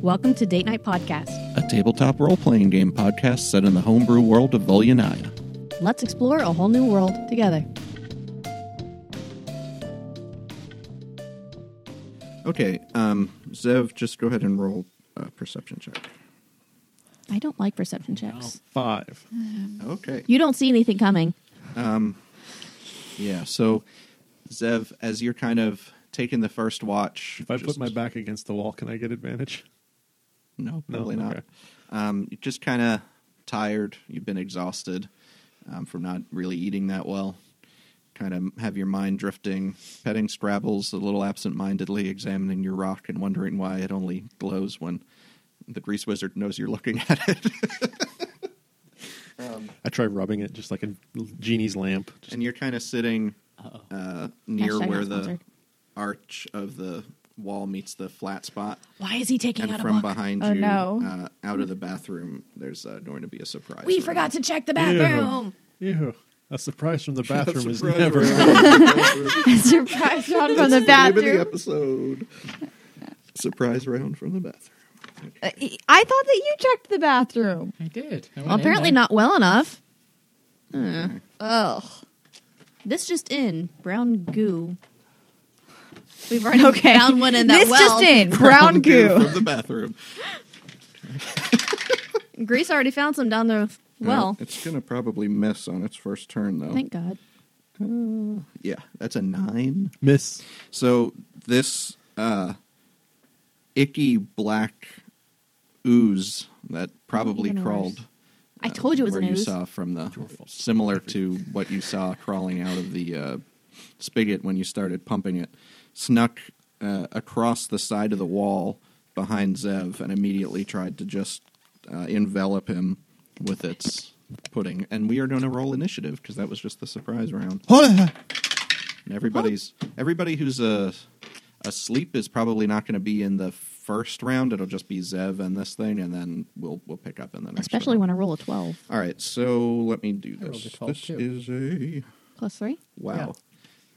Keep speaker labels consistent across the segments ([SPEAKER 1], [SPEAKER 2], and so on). [SPEAKER 1] Welcome to Date Night Podcast.
[SPEAKER 2] a tabletop role playing game podcast set in the homebrew world of Volunaya.
[SPEAKER 1] Let's explore a whole new world together.
[SPEAKER 2] Okay, um, Zev, just go ahead and roll a perception check.
[SPEAKER 1] I don't like perception checks.
[SPEAKER 3] Oh, Five.
[SPEAKER 2] Okay.
[SPEAKER 1] You don't see anything coming.
[SPEAKER 2] Yeah, so Zev, as you're kind of taking the first watch.
[SPEAKER 3] If I put
[SPEAKER 2] just-
[SPEAKER 3] my back against the wall, can I get advantage?
[SPEAKER 2] No,
[SPEAKER 3] No,
[SPEAKER 2] probably not.
[SPEAKER 3] okay.
[SPEAKER 2] Um, you're just kind of tired. You've been exhausted um, from not really eating that well. Kind of have your mind drifting, petting Scrabbles, a little absent mindedly examining your rock and wondering why it only glows when the grease wizard knows you're looking at it.
[SPEAKER 3] I try rubbing it just like a genie's lamp. Just,
[SPEAKER 2] and you're kind of sitting uh, near
[SPEAKER 1] Hashtag not
[SPEAKER 2] where the
[SPEAKER 1] sponsored.
[SPEAKER 2] arch of the wall meets the flat spot.
[SPEAKER 1] Why is he taking
[SPEAKER 2] and
[SPEAKER 1] out
[SPEAKER 2] from
[SPEAKER 1] a book?
[SPEAKER 2] behind
[SPEAKER 4] Oh,
[SPEAKER 2] you,
[SPEAKER 4] no.
[SPEAKER 2] uh, out of the bathroom, there's uh, going to be a surprise.
[SPEAKER 1] we
[SPEAKER 2] room.
[SPEAKER 1] forgot to check the bathroom.
[SPEAKER 3] Ew. A surprise from the bathroom is
[SPEAKER 2] Surprise
[SPEAKER 3] never.
[SPEAKER 2] round.
[SPEAKER 4] Surprise round from the
[SPEAKER 2] Name of the
[SPEAKER 4] bathroom.
[SPEAKER 2] episode. Surprise round from the bathroom.
[SPEAKER 4] Uh, I thought that you checked the bathroom.
[SPEAKER 5] I did. I went
[SPEAKER 1] Well,
[SPEAKER 5] in
[SPEAKER 1] apparently
[SPEAKER 5] there.
[SPEAKER 1] not well enough.
[SPEAKER 4] Ugh.
[SPEAKER 1] This just in brown goo. We've already
[SPEAKER 4] Okay.
[SPEAKER 1] found one in that
[SPEAKER 4] this
[SPEAKER 1] well.
[SPEAKER 4] just in brown goo.
[SPEAKER 2] from the bathroom.
[SPEAKER 1] Grease already found some down the well.
[SPEAKER 2] Uh, it's gonna probably miss on its first turn though.
[SPEAKER 1] Thank God.
[SPEAKER 2] yeah, that's a nine.
[SPEAKER 3] Miss.
[SPEAKER 2] So this uh, icky black ooze that probably
[SPEAKER 1] Even worse.
[SPEAKER 2] crawled.
[SPEAKER 1] I told you it was
[SPEAKER 2] where
[SPEAKER 1] an
[SPEAKER 2] you
[SPEAKER 1] ooze.
[SPEAKER 2] saw from the similar to what you saw crawling out of the uh, spigot when you started pumping it snuck uh, across the side of the wall behind zev and immediately tried to just uh, envelop him with its pudding and we are going to roll initiative because that was just the surprise round and everybody's everybody who's uh, asleep is probably not going to be in the first round it'll just be zev and this thing and then we'll we'll pick up in the next
[SPEAKER 1] Especially
[SPEAKER 2] round.
[SPEAKER 1] when I roll a 12.
[SPEAKER 2] All right, so let me do
[SPEAKER 5] I rolled a
[SPEAKER 2] this.
[SPEAKER 5] 12
[SPEAKER 2] This
[SPEAKER 5] too.
[SPEAKER 2] is a
[SPEAKER 1] Plus three?
[SPEAKER 2] wow.
[SPEAKER 5] Yeah.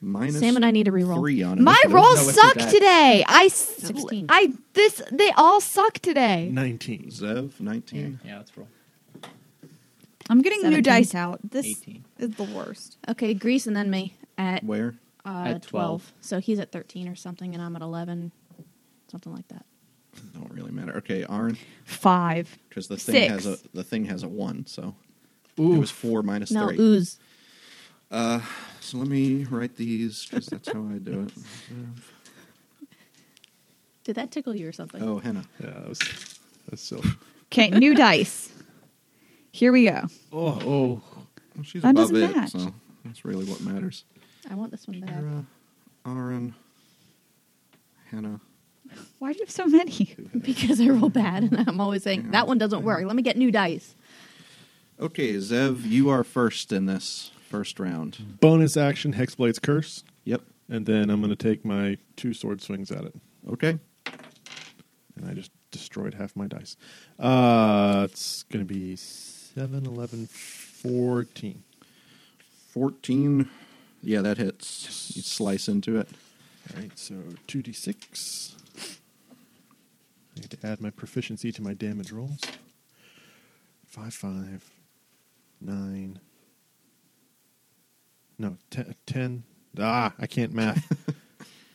[SPEAKER 2] Minus
[SPEAKER 1] Sam and I need to reroll.
[SPEAKER 2] Three on
[SPEAKER 4] My
[SPEAKER 2] initiative.
[SPEAKER 4] rolls
[SPEAKER 5] No, let's do
[SPEAKER 4] suck
[SPEAKER 5] that.
[SPEAKER 4] today. I, s-
[SPEAKER 1] 16.
[SPEAKER 4] I, this, they all suck today.
[SPEAKER 3] 19.
[SPEAKER 2] Zev nineteen.
[SPEAKER 5] Yeah, let's roll.
[SPEAKER 4] I'm getting new
[SPEAKER 1] 17.
[SPEAKER 4] dice out. This
[SPEAKER 5] 18.
[SPEAKER 4] is the worst.
[SPEAKER 1] Okay, Grease and then me at, uh,
[SPEAKER 2] Where?
[SPEAKER 1] 12.
[SPEAKER 5] At 12.
[SPEAKER 1] So he's at 13 or something, and I'm at 11, something like that.
[SPEAKER 2] Don't really matter. Okay, Arn,
[SPEAKER 4] Five.
[SPEAKER 2] because the thing has
[SPEAKER 4] Six.
[SPEAKER 2] a the thing has a one, so it was four minus
[SPEAKER 1] No,
[SPEAKER 2] three.
[SPEAKER 1] ooze.
[SPEAKER 2] So let me write these because that's how I do it.
[SPEAKER 1] Did that tickle you or something?
[SPEAKER 2] Oh, Henna.
[SPEAKER 3] Yeah, that was, that was silly.
[SPEAKER 4] Okay, new dice. Here we go.
[SPEAKER 3] Oh, oh.
[SPEAKER 2] Well, she's
[SPEAKER 4] That
[SPEAKER 2] above
[SPEAKER 4] doesn't
[SPEAKER 2] it,
[SPEAKER 4] match.
[SPEAKER 2] so that's really what matters.
[SPEAKER 1] I want this one back.
[SPEAKER 2] Kara, Arn, Henna.
[SPEAKER 4] Why do you have so many?
[SPEAKER 1] Because I roll bad, and I'm always saying, that one doesn't work. Let me get new dice.
[SPEAKER 2] Okay, Zev, you are first in this first round.
[SPEAKER 3] Bonus action Hexblade's Curse.
[SPEAKER 2] Yep.
[SPEAKER 3] And then I'm going to take my two sword swings at it.
[SPEAKER 2] Okay.
[SPEAKER 3] And I just destroyed half my dice. Uh, it's going to be 7, 11, 14.
[SPEAKER 2] 14. Yeah, that hits. You slice into it.
[SPEAKER 3] All right, so 2d6. I need to add my proficiency to my damage rolls. 5, 5, 9. No, te- 10. Ah, I can't math.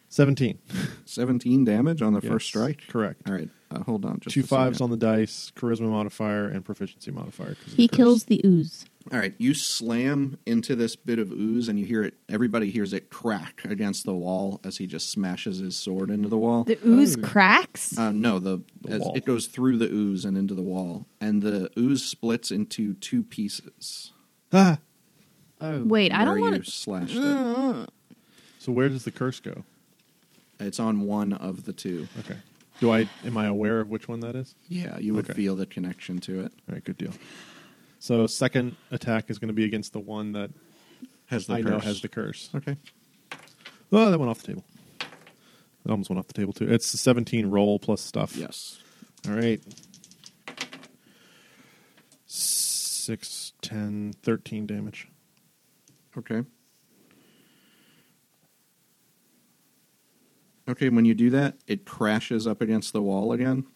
[SPEAKER 3] 17.
[SPEAKER 2] 17 damage on the
[SPEAKER 3] Yes,
[SPEAKER 2] first strike.
[SPEAKER 3] correct.
[SPEAKER 2] All right. Uh, hold on. Just
[SPEAKER 3] Two
[SPEAKER 2] a
[SPEAKER 3] fives on
[SPEAKER 2] second.
[SPEAKER 3] the dice, charisma modifier, and proficiency modifier. 'cause
[SPEAKER 2] Ah.
[SPEAKER 3] of
[SPEAKER 1] He
[SPEAKER 3] curse.
[SPEAKER 1] kills the ooze.
[SPEAKER 2] All right. You slam into this bit of ooze, and you hear it. Everybody hears it crack against the wall as he just smashes his sword into the wall.
[SPEAKER 4] The ooze cracks.
[SPEAKER 2] Uh, no, the,
[SPEAKER 3] The
[SPEAKER 2] as
[SPEAKER 3] wall.
[SPEAKER 2] it goes through the ooze and into the wall, and the ooze splits into two pieces.
[SPEAKER 3] Ah!
[SPEAKER 5] Oh,
[SPEAKER 1] Wait, I
[SPEAKER 2] where
[SPEAKER 1] don't Uh.
[SPEAKER 2] you
[SPEAKER 1] want to.
[SPEAKER 2] slashed it.
[SPEAKER 3] So where does the curse go?
[SPEAKER 2] It's on one of the two.
[SPEAKER 3] Okay. Do I am I aware of which one that is?
[SPEAKER 2] Yeah, you would
[SPEAKER 3] Okay.
[SPEAKER 2] feel the connection to it.
[SPEAKER 3] All right, good deal. So second attack is going to be against the one that
[SPEAKER 2] Has
[SPEAKER 3] I know has the curse.
[SPEAKER 2] okay.
[SPEAKER 3] Oh, that went off the table. That almost went off the table too. It's a 17 roll plus stuff.
[SPEAKER 2] Yes.
[SPEAKER 3] All right. 6 10 13 damage.
[SPEAKER 2] Okay. Okay, when you do that, it crashes up against the wall again,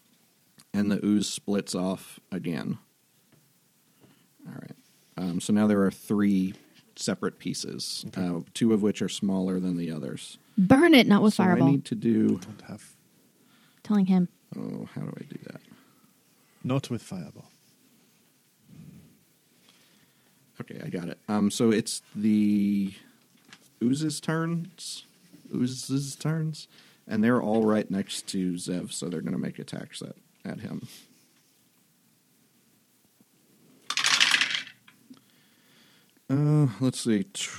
[SPEAKER 2] and the ooze splits off again. All right. Um, so now there are three separate pieces, uh, two of which are smaller than the others.
[SPEAKER 1] Burn it, not with
[SPEAKER 2] so
[SPEAKER 1] fireball.
[SPEAKER 2] I need to do.
[SPEAKER 3] Don't have
[SPEAKER 1] Telling him.
[SPEAKER 2] Oh, how do I do that?
[SPEAKER 3] not with fireball.
[SPEAKER 2] Okay, I got it. Um, so it's the ooze's turns, ooze's turns, and they're all right next to Zev, so they're going to make attacks at, at him. Uh, let's see, t-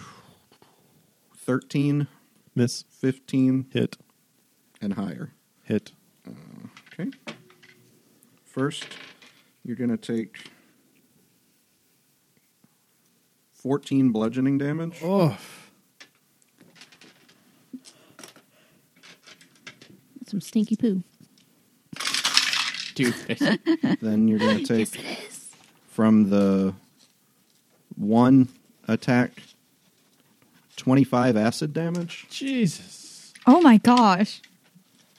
[SPEAKER 2] 13,
[SPEAKER 3] Miss
[SPEAKER 2] 15,
[SPEAKER 3] hit
[SPEAKER 2] and higher.
[SPEAKER 3] hit.
[SPEAKER 2] Okay. First, you're going to take 14 bludgeoning damage.
[SPEAKER 3] Oh,
[SPEAKER 1] Some stinky poo.
[SPEAKER 5] Do this.
[SPEAKER 2] Then you're going to take from the one attack 25 acid damage,
[SPEAKER 5] Jesus.
[SPEAKER 4] Oh my gosh.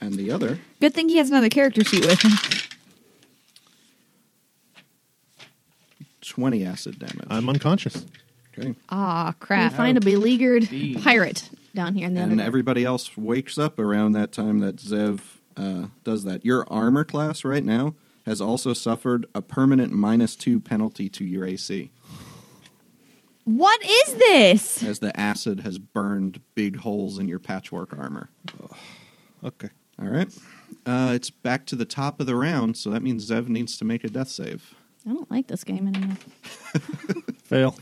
[SPEAKER 2] and the other
[SPEAKER 4] Good thing he has another character sheet with him.
[SPEAKER 2] 20 acid damage.
[SPEAKER 3] I'm unconscious.
[SPEAKER 2] okay.
[SPEAKER 4] Ah,
[SPEAKER 1] We
[SPEAKER 4] crap.
[SPEAKER 1] find a beleaguered
[SPEAKER 5] Jeez.
[SPEAKER 1] pirate down here in the
[SPEAKER 2] And
[SPEAKER 1] underdark.
[SPEAKER 2] everybody else wakes up around that time that Zev uh, does that. Your armor class right now has also suffered a permanent minus two penalty to your AC.
[SPEAKER 4] What is this?
[SPEAKER 2] as the acid has burned big holes in your patchwork armor.
[SPEAKER 3] Okay.
[SPEAKER 2] All right. Uh, it's back to the top of the round, so that means Zev needs to make a death save.
[SPEAKER 1] I don't like this game anymore.
[SPEAKER 3] Fail.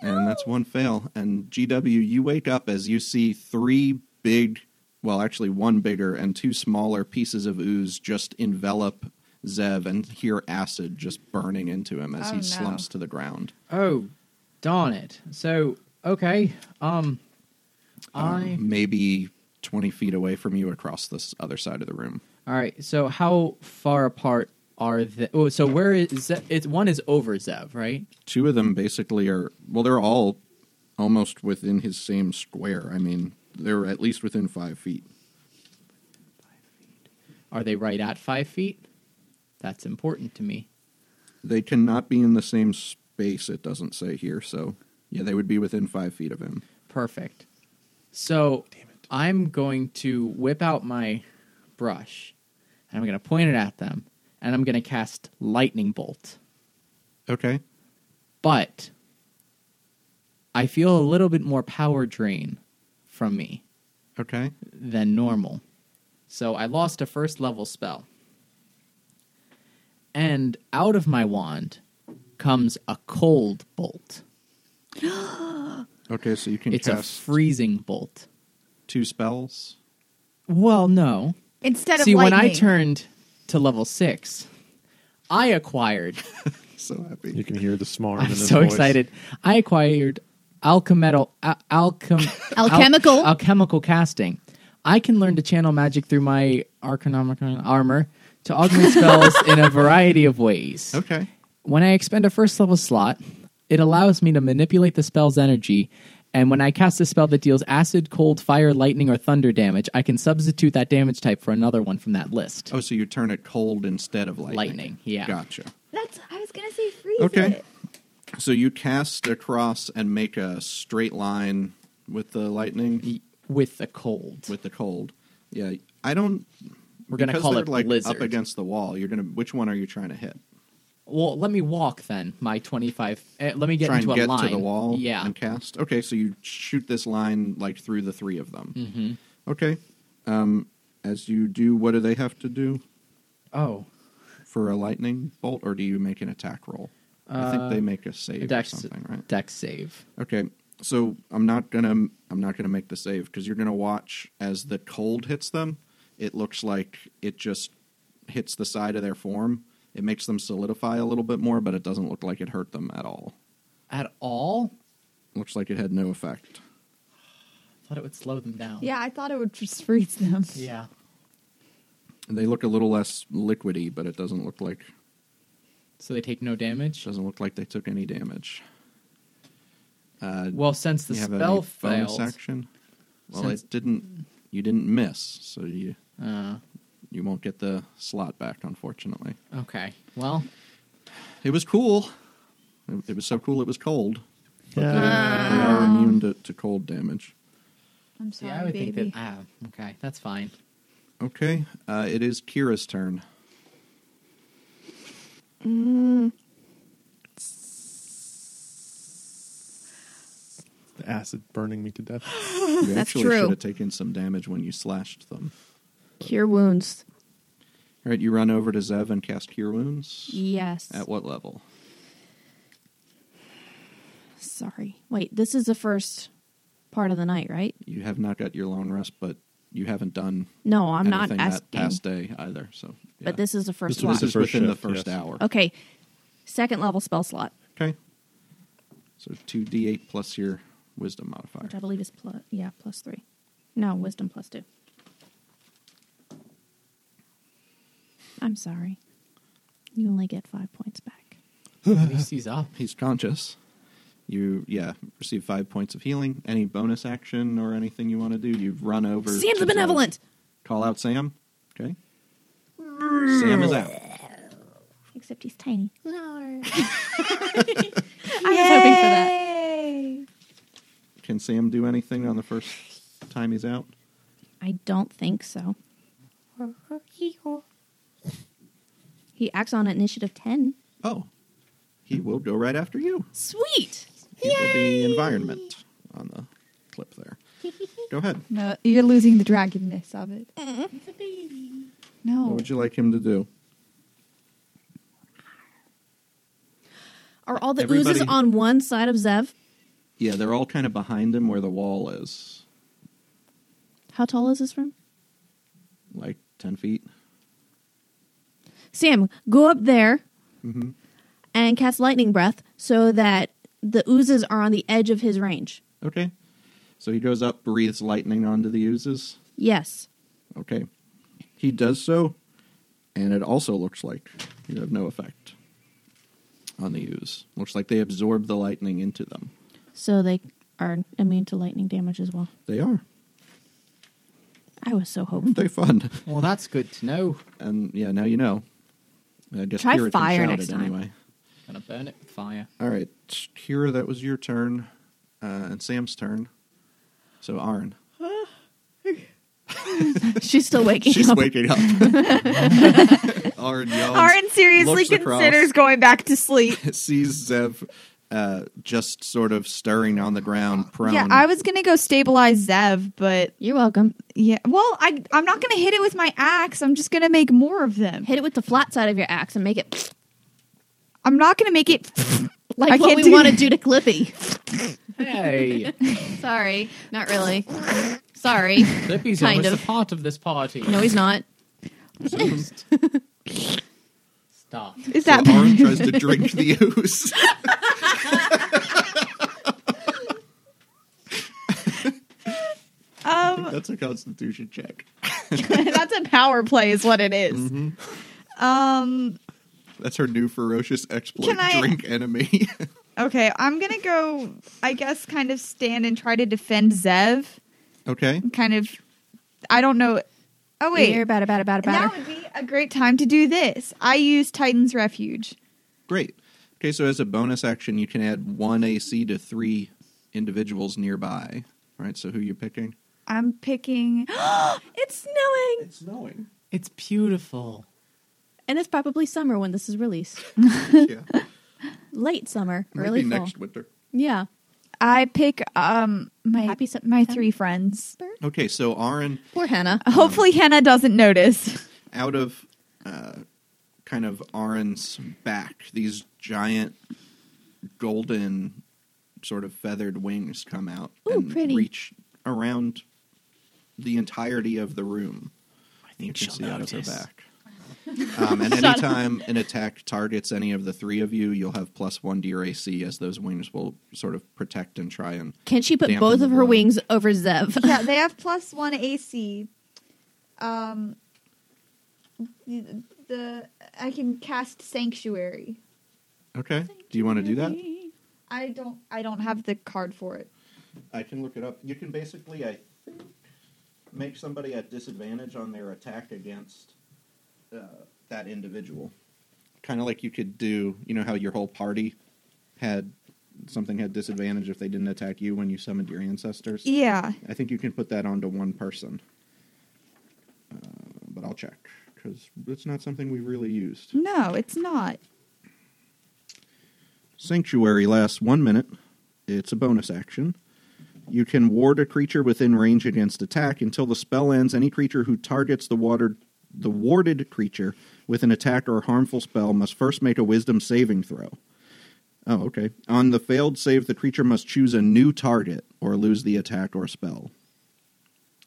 [SPEAKER 2] And that's one fail. And GW, you wake up as you see three big, well, actually one bigger and two smaller pieces of ooze just envelop Zev and hear acid just burning into him as
[SPEAKER 4] Oh,
[SPEAKER 2] he
[SPEAKER 4] no.
[SPEAKER 2] slumps to the ground.
[SPEAKER 5] Oh, darn it. So, okay. Um, I.
[SPEAKER 2] Maybe 20 feet away from you across this other side of the room.
[SPEAKER 5] All right. So, how far apart are the? Oh, so where is Zev? It's one is over Zev, right?
[SPEAKER 2] two of them basically are well they're all almost within his same square i mean they're at least within five feet
[SPEAKER 5] Are they right at five feet? That's important to me.
[SPEAKER 2] they cannot be in the same space it doesn't say here so yeah they would be within five feet of him
[SPEAKER 5] Perfect. So
[SPEAKER 3] Damn it.
[SPEAKER 5] I'm going to whip out my brush and I'm going to point it at them and I'm going to cast lightning bolt.
[SPEAKER 2] okay
[SPEAKER 5] But I feel a little bit more power drain from me
[SPEAKER 2] okay
[SPEAKER 5] than normal. So I lost a first level spell. And out of my wand comes a cold bolt.
[SPEAKER 2] okay so you can
[SPEAKER 5] It's a
[SPEAKER 2] cast
[SPEAKER 5] freezing bolt.
[SPEAKER 2] two spells
[SPEAKER 5] Well, no.
[SPEAKER 4] Instead
[SPEAKER 5] See, when I turned to level six, I acquired.
[SPEAKER 2] so happy
[SPEAKER 3] You can hear the smarm. in
[SPEAKER 5] I'm
[SPEAKER 3] his
[SPEAKER 5] so
[SPEAKER 3] voice.
[SPEAKER 5] excited. I acquired alchemetal, al- alchem, al-
[SPEAKER 1] Alchemical.
[SPEAKER 5] alchemical casting. I can learn to channel magic through my arcanomicon armor to augment spells in a variety of ways.
[SPEAKER 2] okay
[SPEAKER 5] When I expend a first level slot, it allows me to manipulate the spell's energy. And when I cast a spell that deals acid, cold, fire, lightning, or thunder damage, I can substitute that damage type for another one from that list.
[SPEAKER 2] oh so you turn it cold instead of lightning
[SPEAKER 5] Lightning, yeah.
[SPEAKER 2] gotcha
[SPEAKER 4] That's. I was gonna say freeze
[SPEAKER 2] Okay. it. so you cast across and make a straight line with the lightning
[SPEAKER 5] with the cold.
[SPEAKER 2] with the cold yeah i don't
[SPEAKER 5] We're gonna
[SPEAKER 2] because
[SPEAKER 5] call
[SPEAKER 2] they're,
[SPEAKER 5] it
[SPEAKER 2] like
[SPEAKER 5] blizzard.
[SPEAKER 2] up against the wall. You're gonna. Which one are you trying to hit?
[SPEAKER 5] well, let me walk then. My twenty-five. eh, let me get
[SPEAKER 2] Try and
[SPEAKER 5] into a
[SPEAKER 2] get
[SPEAKER 5] line.
[SPEAKER 2] to the wall.
[SPEAKER 5] Yeah.
[SPEAKER 2] And cast. Okay, so you shoot this line like through the three of them.
[SPEAKER 5] Mhm.
[SPEAKER 2] Okay. Um, as you do, what do they have to do
[SPEAKER 5] Oh,
[SPEAKER 2] for a lightning bolt, or do you make an attack roll? I think
[SPEAKER 5] Uh,
[SPEAKER 2] they make a
[SPEAKER 5] a
[SPEAKER 2] save
[SPEAKER 5] dex,
[SPEAKER 2] or something, right?
[SPEAKER 5] dex save.
[SPEAKER 2] Okay. So I'm not gonna I'm not gonna make the save because you're gonna watch as the cold hits them. It looks like it just hits the side of their form. It makes them solidify a little bit more, but it doesn't look like it hurt them at all.
[SPEAKER 5] At all?
[SPEAKER 2] Looks like it had no effect.
[SPEAKER 5] I thought it would slow them down.
[SPEAKER 4] Yeah, I thought it would just freeze them.
[SPEAKER 5] Yeah.
[SPEAKER 2] And they look a little less liquidy, but it doesn't look like
[SPEAKER 5] So they take no damage.
[SPEAKER 2] doesn't look like they took any damage. Uh,
[SPEAKER 5] Well, since the
[SPEAKER 2] you have
[SPEAKER 5] spell
[SPEAKER 2] any bonus
[SPEAKER 5] failed.
[SPEAKER 2] action? Well,
[SPEAKER 5] Since-
[SPEAKER 2] it didn't. You didn't miss, so you
[SPEAKER 5] Uh,
[SPEAKER 2] You won't get the slot back, unfortunately.
[SPEAKER 5] Okay. Well,
[SPEAKER 2] It was cool. It, it was so cool. It was cold.
[SPEAKER 3] Yeah.
[SPEAKER 2] They
[SPEAKER 1] Ah.
[SPEAKER 2] are immune to, to cold damage.
[SPEAKER 4] I'm
[SPEAKER 5] see,
[SPEAKER 4] sorry,
[SPEAKER 5] I would
[SPEAKER 4] baby.
[SPEAKER 5] think that. Ah, okay, that's fine.
[SPEAKER 2] Okay, uh, it is Kira's turn.
[SPEAKER 3] The acid burning me to death.
[SPEAKER 2] You
[SPEAKER 1] That's
[SPEAKER 2] actually
[SPEAKER 1] true.
[SPEAKER 2] should have taken some damage when you slashed them.
[SPEAKER 1] Cure wounds.
[SPEAKER 2] All right, you run over to Zev and cast Cure Wounds.
[SPEAKER 1] Yes.
[SPEAKER 2] At what level?
[SPEAKER 1] Sorry. Wait, this is the first part of the night, right?
[SPEAKER 2] You have not got your lone rest, but you haven't done
[SPEAKER 1] No, I'm not
[SPEAKER 2] anything
[SPEAKER 1] asking.
[SPEAKER 2] that past day either. So, yeah.
[SPEAKER 1] But this is the first
[SPEAKER 3] This was
[SPEAKER 1] slot.
[SPEAKER 2] this is
[SPEAKER 3] The first
[SPEAKER 2] within
[SPEAKER 3] shift,
[SPEAKER 2] the first
[SPEAKER 3] yes.
[SPEAKER 2] hour.
[SPEAKER 1] Okay. Second level spell slot,
[SPEAKER 2] Okay. So two d8 plus your wisdom modifier.
[SPEAKER 1] which I believe is plus yeah, plus 3. No, wisdom plus 2. I'm sorry. You only get 5 points back.
[SPEAKER 5] At least he's up.
[SPEAKER 2] He's conscious. You yeah receive five points of healing. Any bonus action or anything you want to do? You run over.
[SPEAKER 1] Sam's
[SPEAKER 2] to
[SPEAKER 1] the benevolent.
[SPEAKER 2] Zev. Call out Sam. Okay. Sam is out.
[SPEAKER 1] Except he's tiny.
[SPEAKER 4] I was hoping for that.
[SPEAKER 2] Can Sam do anything on the first time he's out?
[SPEAKER 1] I don't think so. He acts on initiative 10.
[SPEAKER 2] Oh, he will go right after you.
[SPEAKER 1] Sweet.
[SPEAKER 2] He will be environment on the clip there. Go ahead.
[SPEAKER 4] No, you're losing the dragonness of it. No.
[SPEAKER 2] What would you like him to do?
[SPEAKER 1] Are all the
[SPEAKER 2] Everybody-
[SPEAKER 1] oozes on one side of Zev?
[SPEAKER 2] Yeah, they're all kind of behind him where the wall is,
[SPEAKER 1] How tall is this room?
[SPEAKER 2] like ten feet.
[SPEAKER 1] Sam, go up there
[SPEAKER 2] Mm-hmm.
[SPEAKER 1] and cast lightning breath so that the oozes are on the edge of his range.
[SPEAKER 2] Okay. So he goes up, breathes lightning onto the oozes.
[SPEAKER 1] Yes.
[SPEAKER 2] Okay. He does so, and it also looks like you have no effect on the ooze. Looks like they absorb the lightning into them.
[SPEAKER 1] So they are immune to lightning damage as well.
[SPEAKER 2] They are.
[SPEAKER 1] I was so hopeful.
[SPEAKER 2] Aren't they fun?
[SPEAKER 5] Well, that's good to know.
[SPEAKER 2] And yeah, now you know. I guess
[SPEAKER 1] Try
[SPEAKER 2] Kira can
[SPEAKER 1] fire
[SPEAKER 2] shout
[SPEAKER 1] next
[SPEAKER 2] it
[SPEAKER 1] time.
[SPEAKER 2] Anyway.
[SPEAKER 5] Gonna burn it with fire.
[SPEAKER 2] All right, Kira, that was your turn, uh, and Sam's turn. So Arn,
[SPEAKER 1] She's still waking
[SPEAKER 2] she's
[SPEAKER 1] up.
[SPEAKER 2] waking up. Arn yells.
[SPEAKER 4] Arin seriously
[SPEAKER 2] looks across.
[SPEAKER 4] considers going back to sleep.
[SPEAKER 2] sees Zev uh, just sort of stirring on the ground, prone.
[SPEAKER 4] Yeah, I was gonna go stabilize Zev, but
[SPEAKER 1] You're welcome.
[SPEAKER 4] yeah. Well, I I'm not gonna hit it with my axe. I'm just gonna make more of them.
[SPEAKER 1] Hit it with the flat side of your axe and make it
[SPEAKER 4] I'm not gonna make it.
[SPEAKER 1] like
[SPEAKER 4] I
[SPEAKER 1] what
[SPEAKER 4] can't
[SPEAKER 1] we
[SPEAKER 4] do
[SPEAKER 1] want to
[SPEAKER 4] that.
[SPEAKER 1] do to Clippy.
[SPEAKER 5] Hey,
[SPEAKER 1] Sorry. Not really. Sorry.
[SPEAKER 5] Clippy's
[SPEAKER 1] Kind
[SPEAKER 5] always
[SPEAKER 1] of.
[SPEAKER 5] a part of this party.
[SPEAKER 1] No, he's not.
[SPEAKER 5] Stop.
[SPEAKER 4] Is
[SPEAKER 2] So
[SPEAKER 4] that
[SPEAKER 2] Arn tries to drink the ooze.
[SPEAKER 4] um?
[SPEAKER 2] That's a Constitution check.
[SPEAKER 4] that's a power play, is what it is.
[SPEAKER 5] Mm-hmm.
[SPEAKER 4] Um.
[SPEAKER 2] That's her new ferocious exploit:
[SPEAKER 4] Can I-
[SPEAKER 2] drink enemy.
[SPEAKER 4] Okay, I'm gonna go. I guess kind of stand and try to defend Zev.
[SPEAKER 2] okay.
[SPEAKER 4] Kind of. I don't know. Oh wait.
[SPEAKER 1] You're bad, bad, bad,
[SPEAKER 4] Now
[SPEAKER 1] bad.
[SPEAKER 4] would be a great time to do this. I use Titan's Refuge.
[SPEAKER 2] Great. Okay, so as a bonus action, you can add one AC to three individuals nearby. All right, so who you picking?
[SPEAKER 4] I'm picking.
[SPEAKER 1] It's snowing.
[SPEAKER 2] It's snowing.
[SPEAKER 5] It's beautiful.
[SPEAKER 1] And it's probably summer when this is released.
[SPEAKER 2] yeah,
[SPEAKER 1] Late summer,
[SPEAKER 2] Might
[SPEAKER 1] early
[SPEAKER 2] be
[SPEAKER 1] fall.
[SPEAKER 2] next winter.
[SPEAKER 1] Yeah.
[SPEAKER 4] I pick um my
[SPEAKER 1] Happy
[SPEAKER 4] my
[SPEAKER 1] September.
[SPEAKER 4] three friends.
[SPEAKER 2] Okay, so Aaron,
[SPEAKER 1] Poor Hannah.
[SPEAKER 4] Hopefully Hannah doesn't notice.
[SPEAKER 2] out of uh, kind of Aaron's back, these giant golden sort of feathered wings come out
[SPEAKER 1] Ooh,
[SPEAKER 2] and
[SPEAKER 1] pretty.
[SPEAKER 2] reach around the entirety of the room.
[SPEAKER 5] I
[SPEAKER 2] You
[SPEAKER 5] think
[SPEAKER 2] can
[SPEAKER 5] she'll
[SPEAKER 2] see out of her
[SPEAKER 5] notice.
[SPEAKER 2] back. Um, and anytime an attack targets any of the three of you, you'll have plus one to your AC as those wings will sort of protect and try and.
[SPEAKER 1] Can she put
[SPEAKER 2] Dampen
[SPEAKER 1] both
[SPEAKER 2] the
[SPEAKER 1] of her
[SPEAKER 2] blow.
[SPEAKER 1] wings over Zev?
[SPEAKER 4] yeah, they have plus one AC. Um, the, the I can cast Sanctuary.
[SPEAKER 2] Okay. Do you want to do that?
[SPEAKER 4] I don't. I don't have the card for it.
[SPEAKER 2] I can uh, look it up. You can basically, I think, make somebody at disadvantage on their attack against uh, that individual. Kind of like you could do, you know, how your whole party had something had disadvantage if they didn't attack you when you summoned your ancestors.
[SPEAKER 4] Yeah.
[SPEAKER 2] I think you can put that onto one person. Uh, but I'll check because it's not something we really used.
[SPEAKER 4] No, it's not.
[SPEAKER 2] Sanctuary lasts one minute. It's a bonus action. You can ward a creature within range against attack until the spell ends. Any creature who targets the water, the warded creature with an attack or harmful spell must first make a Wisdom saving throw. Oh, okay. On the failed save, the creature must choose a new target or lose the attack or spell.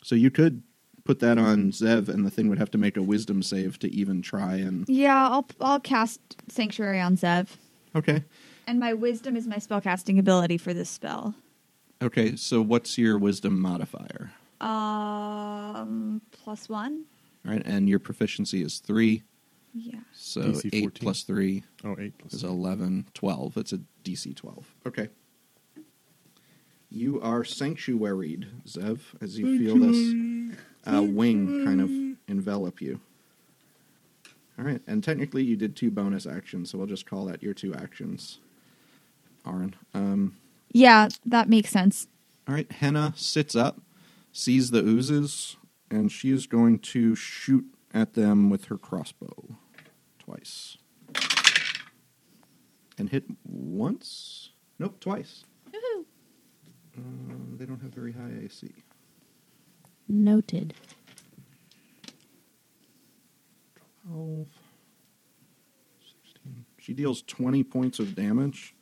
[SPEAKER 2] So you could put that on Zev, and the thing would have to make a Wisdom save to even try and.
[SPEAKER 4] Yeah, I'll I'll cast sanctuary on Zev,
[SPEAKER 2] Okay.
[SPEAKER 4] and my wisdom is my spellcasting ability for this spell.
[SPEAKER 2] Okay, so what's your wisdom modifier?
[SPEAKER 4] Um, plus one.
[SPEAKER 2] All Right, and your proficiency is three,
[SPEAKER 4] Yeah.
[SPEAKER 2] so
[SPEAKER 3] DC
[SPEAKER 2] eight
[SPEAKER 3] 14.
[SPEAKER 2] plus three
[SPEAKER 3] Oh, eight plus.
[SPEAKER 2] is 11, 12. It's a DC 12. Okay. You are sanctuaried, Zev, as you feel this uh, wing kind of envelop you. All right, and technically you did two bonus actions, so we'll just call that your two actions, Aaron. Um,
[SPEAKER 4] Yeah, that makes sense.
[SPEAKER 2] All right, Henna sits up, sees the oozes, and she is going to shoot at them with her crossbow twice. And hit once? Nope, twice.
[SPEAKER 1] Woohoo.
[SPEAKER 2] Um, they don't have very high AC.
[SPEAKER 1] Noted.
[SPEAKER 2] 12, 16. She deals 20 points of damage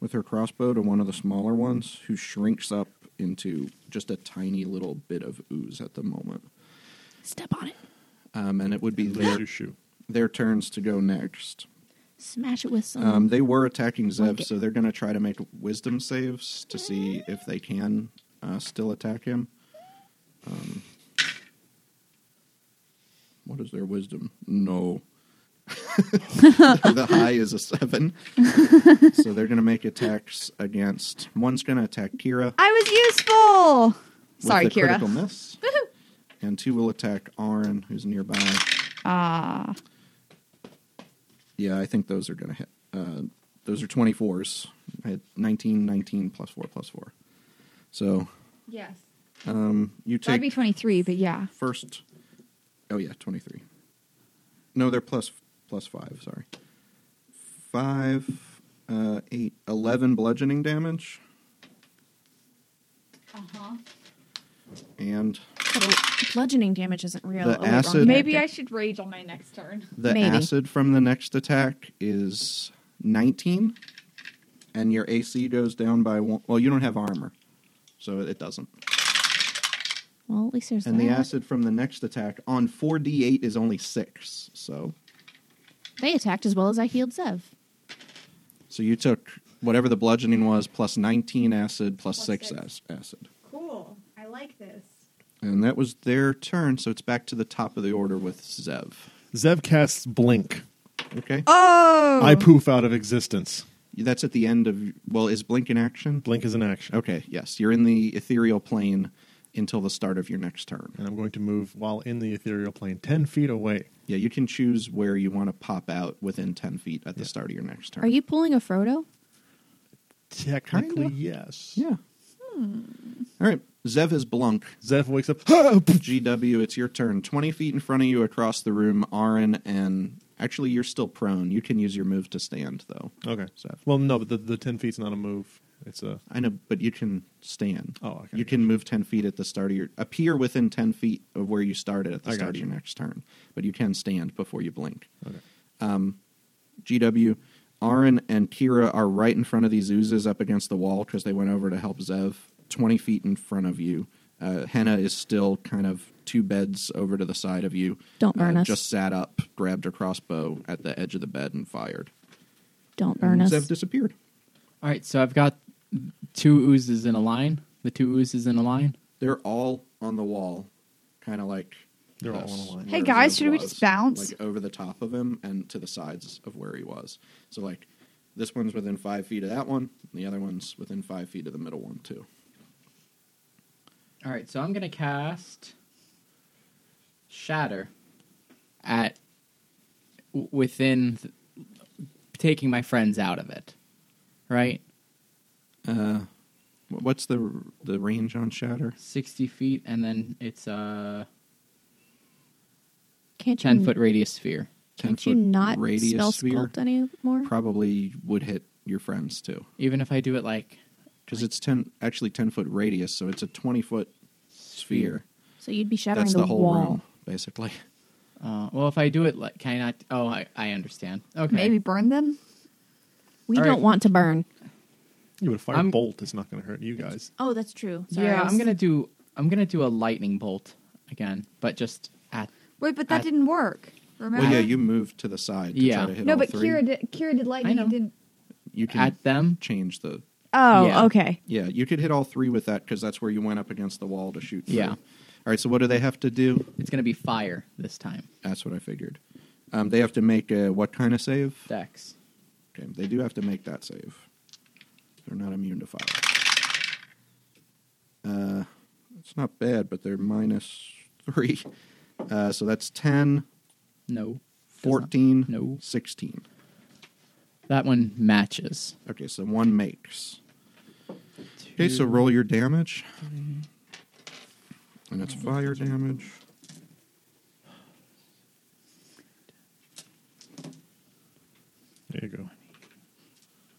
[SPEAKER 2] with her crossbow to one of the smaller ones, who shrinks up into just a tiny little bit of ooze at the moment.
[SPEAKER 1] Step on it.
[SPEAKER 2] Um, and it would be
[SPEAKER 3] Lose
[SPEAKER 2] their,
[SPEAKER 3] your shoe.
[SPEAKER 2] their turns to go next.
[SPEAKER 1] Smash it with some.
[SPEAKER 2] Um, they were attacking Zev,
[SPEAKER 1] Like it.
[SPEAKER 2] so they're going to try to make wisdom saves to see if they can uh, still attack him. Um, what is their wisdom? No. the high is a seven. so they're going to make attacks against. One's going to attack Kira.
[SPEAKER 4] I was useful.
[SPEAKER 2] with
[SPEAKER 4] Sorry,
[SPEAKER 2] a Critical
[SPEAKER 4] Kira.
[SPEAKER 2] miss. And two will attack Arn, who's nearby.
[SPEAKER 4] Ah,
[SPEAKER 2] Yeah, I think those are going to hit. Uh, those are 24s. I had 19, 19 plus 4 plus 4. So
[SPEAKER 4] yes.
[SPEAKER 2] um, you
[SPEAKER 4] That'd
[SPEAKER 2] take
[SPEAKER 4] be twenty-three, but yeah.
[SPEAKER 2] first. Oh, yeah, 23. No, they're plus, plus 5, sorry. 5, uh, 8, 11 bludgeoning damage.
[SPEAKER 4] Uh huh.
[SPEAKER 2] And
[SPEAKER 1] bludgeoning damage isn't real.
[SPEAKER 2] The
[SPEAKER 1] wait, wrong
[SPEAKER 2] acid-
[SPEAKER 1] character.
[SPEAKER 2] Maybe I
[SPEAKER 4] should rage on my next turn.
[SPEAKER 2] the
[SPEAKER 1] Maybe.
[SPEAKER 2] acid from the next attack is 19. And your AC goes down by one. Well, you don't have armor, so it doesn't.
[SPEAKER 1] Well, at least there's
[SPEAKER 2] And the
[SPEAKER 1] that.
[SPEAKER 2] acid from the next attack on 4d8 is only 6. So
[SPEAKER 1] They attacked as well as I healed Zev.
[SPEAKER 2] so you took whatever the bludgeoning was plus 19 acid plus,
[SPEAKER 4] Plus
[SPEAKER 2] 6,
[SPEAKER 4] six.
[SPEAKER 2] ac- acid.
[SPEAKER 4] Cool. I like this.
[SPEAKER 2] And that was their turn, so it's back to the top of the order with Zev.
[SPEAKER 3] Zev casts blink.
[SPEAKER 2] Okay?
[SPEAKER 4] Oh.
[SPEAKER 2] Hmm.
[SPEAKER 3] I poof out of existence.
[SPEAKER 2] That's at the end of well is blink in action?
[SPEAKER 3] Blink is an action.
[SPEAKER 2] Okay, yes. You're in the ethereal plane until the start of your next turn.
[SPEAKER 3] And I'm going to move while in the ethereal plane, ten feet away.
[SPEAKER 2] Yeah, you can choose where you want to pop out within 10 feet at the start of your next turn.
[SPEAKER 1] Are you pulling a Frodo?
[SPEAKER 3] Technically,
[SPEAKER 2] Kinda.
[SPEAKER 3] yes.
[SPEAKER 2] Yeah.
[SPEAKER 1] Hmm.
[SPEAKER 2] All right. Zev is Blunk.
[SPEAKER 3] Zev wakes up.
[SPEAKER 2] GW, it's your turn. 20 feet in front of you across the room, Aaron, and actually, you're still prone. You can use your move to stand, though.
[SPEAKER 3] okay.
[SPEAKER 2] Zev.
[SPEAKER 3] Well, no, but the, the ten feet's not a move. It's a
[SPEAKER 2] I know, but you can stand.
[SPEAKER 3] Oh, okay.
[SPEAKER 2] You can move 10 feet at the start of your. appear within 10 feet of where you started at the
[SPEAKER 3] I
[SPEAKER 2] start
[SPEAKER 3] got
[SPEAKER 2] of
[SPEAKER 3] you.
[SPEAKER 2] your next turn, but you can stand before you blink. Um,
[SPEAKER 3] okay.
[SPEAKER 2] GW, Aaron and Kira are right in front of these oozes up against the wall because they went over to help Zev 20 feet in front of you. Uh, Henna is still kind of two beds over to the side of you.
[SPEAKER 1] Don't burn
[SPEAKER 2] uh,
[SPEAKER 1] us.
[SPEAKER 2] Just sat up, grabbed her crossbow at the edge of the bed and fired.
[SPEAKER 1] Don't burn
[SPEAKER 2] And
[SPEAKER 1] us.
[SPEAKER 2] Mm, Zev disappeared.
[SPEAKER 5] All right, so I've got two oozes in a line. The two oozes in a line.
[SPEAKER 2] They're all on the wall, kind of like.
[SPEAKER 3] They're all
[SPEAKER 2] us,
[SPEAKER 3] on a line.
[SPEAKER 4] Hey,
[SPEAKER 2] where
[SPEAKER 4] guys,
[SPEAKER 2] Zev
[SPEAKER 4] should we
[SPEAKER 2] was,
[SPEAKER 4] just bounce?
[SPEAKER 2] Like over the top of him and to the sides of where he was. So, like, this one's within five feet of that one, and the other one's within five feet of the middle one, too.
[SPEAKER 5] All right, so I'm gonna cast Shatter at w- within th- taking my friends out of it, right?
[SPEAKER 2] Uh, wh- what's the the range on shatter?
[SPEAKER 5] 60 feet, and then it's a
[SPEAKER 1] Can't
[SPEAKER 5] 10
[SPEAKER 1] you,
[SPEAKER 5] foot radius sphere.
[SPEAKER 1] Can't
[SPEAKER 2] 10
[SPEAKER 1] you
[SPEAKER 2] foot
[SPEAKER 1] not
[SPEAKER 2] radius
[SPEAKER 1] spell
[SPEAKER 2] sphere?
[SPEAKER 1] sculpt anymore?
[SPEAKER 2] Probably would hit your friends too,
[SPEAKER 5] Even if I do it like
[SPEAKER 2] because it's ten actually ten foot radius, so it's a twenty foot sphere.
[SPEAKER 1] so you'd be shattering
[SPEAKER 2] That's
[SPEAKER 1] the,
[SPEAKER 2] the, whole
[SPEAKER 1] wall.
[SPEAKER 2] room, basically.
[SPEAKER 5] Uh, well, if I do it, like, can I not? Oh, I, I understand. Okay.
[SPEAKER 4] Maybe burn them.
[SPEAKER 1] We
[SPEAKER 5] All
[SPEAKER 1] don't
[SPEAKER 5] right.
[SPEAKER 1] want to burn.
[SPEAKER 3] Yeah, but a fire
[SPEAKER 5] I'm-
[SPEAKER 3] bolt is not going to hurt you guys.
[SPEAKER 1] Oh, that's true.
[SPEAKER 5] yeah, I'm gonna do. I'm gonna do a lightning bolt again, but just at.
[SPEAKER 4] Wait, but that
[SPEAKER 5] I-
[SPEAKER 4] didn't work. Remember?
[SPEAKER 2] Well, yeah, you moved to the side to
[SPEAKER 5] Yeah.
[SPEAKER 2] try to hit
[SPEAKER 4] no,
[SPEAKER 2] all
[SPEAKER 4] but
[SPEAKER 2] three.
[SPEAKER 4] Kira did, Kira did lightning
[SPEAKER 5] know.
[SPEAKER 4] and didn't.
[SPEAKER 2] you can
[SPEAKER 5] at them.
[SPEAKER 2] change the.
[SPEAKER 1] Oh,
[SPEAKER 5] Yeah.
[SPEAKER 1] okay.
[SPEAKER 2] Yeah, you could hit all three with that because that's where you went up against the wall to shoot. through.
[SPEAKER 5] Yeah.
[SPEAKER 2] All right. So what do they have to do?
[SPEAKER 5] It's gonna be fire this time.
[SPEAKER 2] That's what I figured. Um, they have to make a, what kind of save?
[SPEAKER 5] Dex.
[SPEAKER 2] Okay, they do have to make that save. They're not immune to fire. Uh, it's not bad, but they're minus three. Uh, so that's 10,
[SPEAKER 5] No. Does not-
[SPEAKER 2] 14,
[SPEAKER 5] No.
[SPEAKER 2] 16.
[SPEAKER 5] That one matches.
[SPEAKER 2] Okay, so one makes. Okay, so roll your damage.
[SPEAKER 5] Mm-hmm.
[SPEAKER 2] And it's fire damage.
[SPEAKER 3] There you go.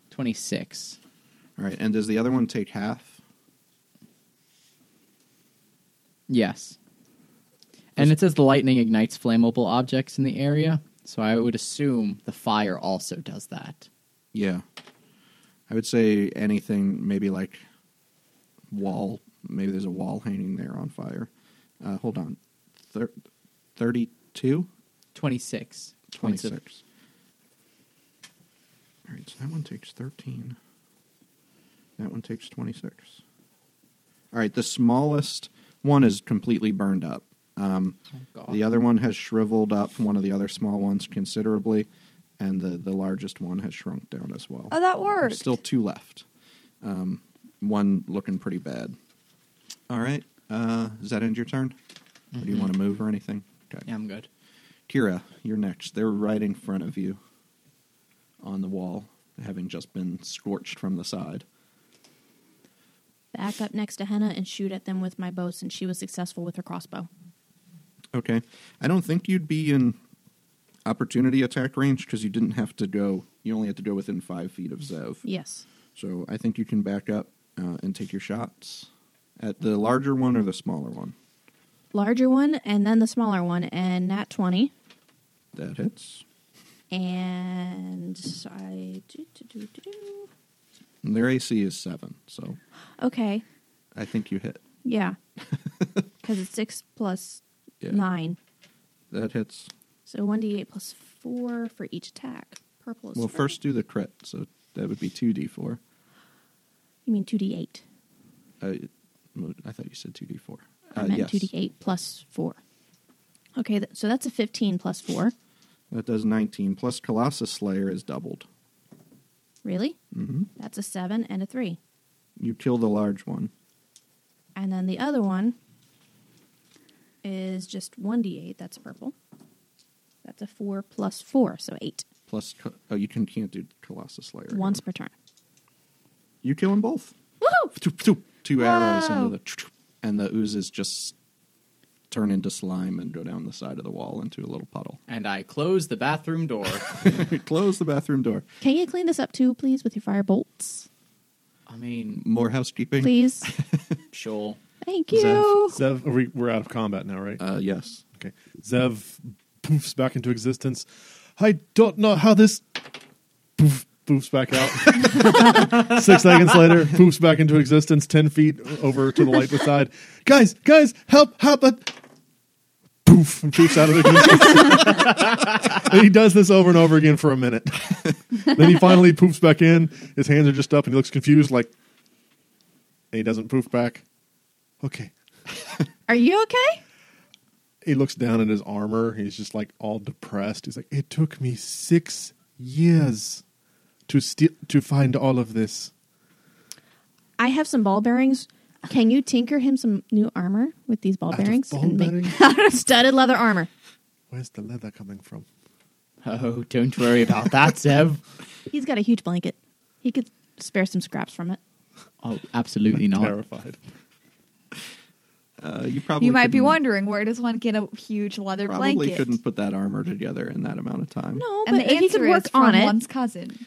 [SPEAKER 5] Twenty six.
[SPEAKER 2] All right, and does the other one take half?
[SPEAKER 5] Yes. And it says the lightning ignites flammable objects in the area, so I would assume the fire also does that.
[SPEAKER 2] Yeah. I would say anything, maybe like wall. Maybe there's a wall hanging there on fire. Uh, hold on. Thir- 32?
[SPEAKER 5] Twenty six.
[SPEAKER 2] 26. All right, so that one takes 13. That one takes 26. All right, the smallest one is completely burned up. Um,
[SPEAKER 5] Oh,
[SPEAKER 2] the other one has shriveled up, one of the other small ones considerably, and the, the largest one has shrunk down as well.
[SPEAKER 4] Oh, that worked.
[SPEAKER 2] There's still two left. Um, one looking pretty bad. All right. Uh, does that end your turn? Or do you want to move or anything? Okay.
[SPEAKER 5] Yeah, I'm good.
[SPEAKER 2] Kira, you're next. They're right in front of you on the wall, having just been scorched from the side.
[SPEAKER 1] Back up next to Henna and shoot at them with my bow since she was successful with her crossbow.
[SPEAKER 2] Okay. I don't think you'd be in opportunity attack range because you didn't have to go, you only had to go within five feet of Zev.
[SPEAKER 1] Yes.
[SPEAKER 2] So I think you can back up uh, and take your shots at the larger one or the smaller one.
[SPEAKER 1] Larger one and then the smaller one and nat 20.
[SPEAKER 2] That hits.
[SPEAKER 1] And I. Do, do, do, do, do.
[SPEAKER 2] And their AC is seven, so
[SPEAKER 1] Okay.
[SPEAKER 2] I think you hit.
[SPEAKER 1] Yeah. Because it's 6 plus
[SPEAKER 2] Yeah.
[SPEAKER 1] 9.
[SPEAKER 2] That hits.
[SPEAKER 1] So 1d8 plus 4 for each attack. Purple is
[SPEAKER 2] Well,
[SPEAKER 1] red.
[SPEAKER 2] first do the crit, so that would be two d4.
[SPEAKER 1] You mean 2d8.
[SPEAKER 2] Uh, I thought you said two d4.
[SPEAKER 1] I
[SPEAKER 2] uh,
[SPEAKER 1] meant
[SPEAKER 2] yes.
[SPEAKER 1] 2d8 plus 4. Okay, th- so that's a 15 plus 4.
[SPEAKER 2] That does 19 plus Colossus Slayer is doubled.
[SPEAKER 1] Really? Mm-hmm. That's a 7 and a 3.
[SPEAKER 2] You kill the large one.
[SPEAKER 1] And then the other one is just 1d8. That's purple. That's a 4 plus 4, so 8.
[SPEAKER 2] Plus, co- oh, you can, can't do Colossus Slayer. again.
[SPEAKER 1] Once per turn.
[SPEAKER 2] You kill them both.
[SPEAKER 1] Woohoo!
[SPEAKER 2] Two, two- two arrows
[SPEAKER 4] Wow.
[SPEAKER 2] into the, and the oozes just turn into slime and go down the side of the wall into a little puddle.
[SPEAKER 5] And I close the bathroom door.
[SPEAKER 2] Close the bathroom door.
[SPEAKER 1] Can you clean this up too, please, with your fire bolts?
[SPEAKER 5] I mean,
[SPEAKER 2] More housekeeping.
[SPEAKER 1] Please.
[SPEAKER 5] sure.
[SPEAKER 1] Thank
[SPEAKER 2] Zev.
[SPEAKER 1] you.
[SPEAKER 3] Zev, are we, we're out of combat now, right?
[SPEAKER 2] Uh, yes.
[SPEAKER 3] okay. Zev poofs back into existence. I don't know how this. Poof, poofs back out. Six seconds later, poofs back into existence, 10 feet over to the light beside. Guys, guys, help, help. uh, Poof, and poofs out of existence. and he does this over and over again for a minute. then he finally poofs back in. His hands are just up and he looks confused, like. And he doesn't poof back. Okay.
[SPEAKER 1] Are you okay?
[SPEAKER 3] he looks down at his armor. He's just like all depressed. He's like, "It took me six years to sti- to find all of this."
[SPEAKER 1] I have some ball bearings. Can you tinker him some new armor with these ball
[SPEAKER 3] Out of
[SPEAKER 1] bearings
[SPEAKER 3] ball
[SPEAKER 1] and make
[SPEAKER 3] bearings?
[SPEAKER 1] out of studded leather armor?
[SPEAKER 3] Where's the leather coming from?
[SPEAKER 5] Oh, don't worry about that, Zev.
[SPEAKER 1] He's got a huge blanket. He could spare some scraps from it.
[SPEAKER 5] Oh, absolutely not.
[SPEAKER 3] Terrified.
[SPEAKER 2] Uh, you probably
[SPEAKER 4] You might be
[SPEAKER 2] couldn't-
[SPEAKER 4] wondering where does one get a huge leather
[SPEAKER 2] Probably
[SPEAKER 4] blanket?
[SPEAKER 2] couldn't put that armor together in that amount of time.
[SPEAKER 1] No,
[SPEAKER 4] and
[SPEAKER 1] but
[SPEAKER 4] the
[SPEAKER 1] if he
[SPEAKER 4] answer
[SPEAKER 1] could work
[SPEAKER 4] is from
[SPEAKER 1] on it.
[SPEAKER 4] one's cousin.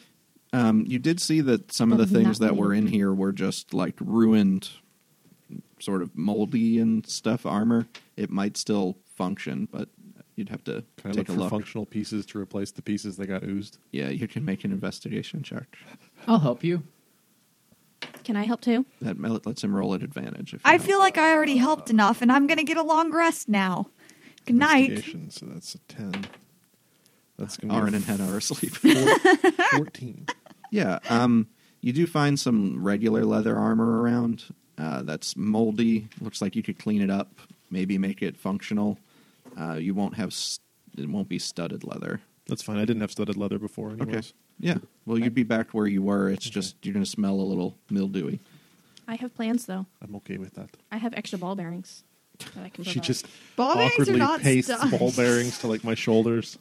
[SPEAKER 2] Um, you did see that some of the
[SPEAKER 1] That was
[SPEAKER 2] things
[SPEAKER 1] not
[SPEAKER 2] that were
[SPEAKER 1] me.
[SPEAKER 2] in here were just like ruined, sort of moldy and stuff armor. It might still function, but you'd have to
[SPEAKER 3] Can I
[SPEAKER 2] take
[SPEAKER 3] look
[SPEAKER 2] a
[SPEAKER 3] for
[SPEAKER 2] look.
[SPEAKER 3] functional pieces to replace the pieces that got oozed?
[SPEAKER 2] Yeah, you can make an investigation check.
[SPEAKER 5] I'll help you.
[SPEAKER 1] Can I help too?
[SPEAKER 2] That mel- lets him roll at advantage. If you
[SPEAKER 4] I
[SPEAKER 2] know.
[SPEAKER 4] feel like I already helped enough, and I'm gonna get a long rest now. Good night.
[SPEAKER 3] Investigation, So that's a ten. That's gonna
[SPEAKER 2] Arn
[SPEAKER 3] be
[SPEAKER 2] and Henna are asleep.
[SPEAKER 3] four, fourteen.
[SPEAKER 2] yeah, um, you do find some regular leather armor around. Uh, that's moldy. Looks like you could clean it up. Maybe make it functional. Uh, you won't have. s it won't be studded leather.
[SPEAKER 3] That's fine. I didn't have studded leather before. Anyways.
[SPEAKER 2] Yeah. Well, you'd be back where you were. It's just you're going to smell a little mildewy.
[SPEAKER 1] I have plans though.
[SPEAKER 3] I'm okay with that.
[SPEAKER 1] I have extra ball bearings that I can.
[SPEAKER 3] She
[SPEAKER 1] provide.
[SPEAKER 3] just
[SPEAKER 4] Ball bearings are
[SPEAKER 3] awkwardly
[SPEAKER 4] not
[SPEAKER 3] pastes
[SPEAKER 4] studs.
[SPEAKER 3] ball bearings to like my shoulders.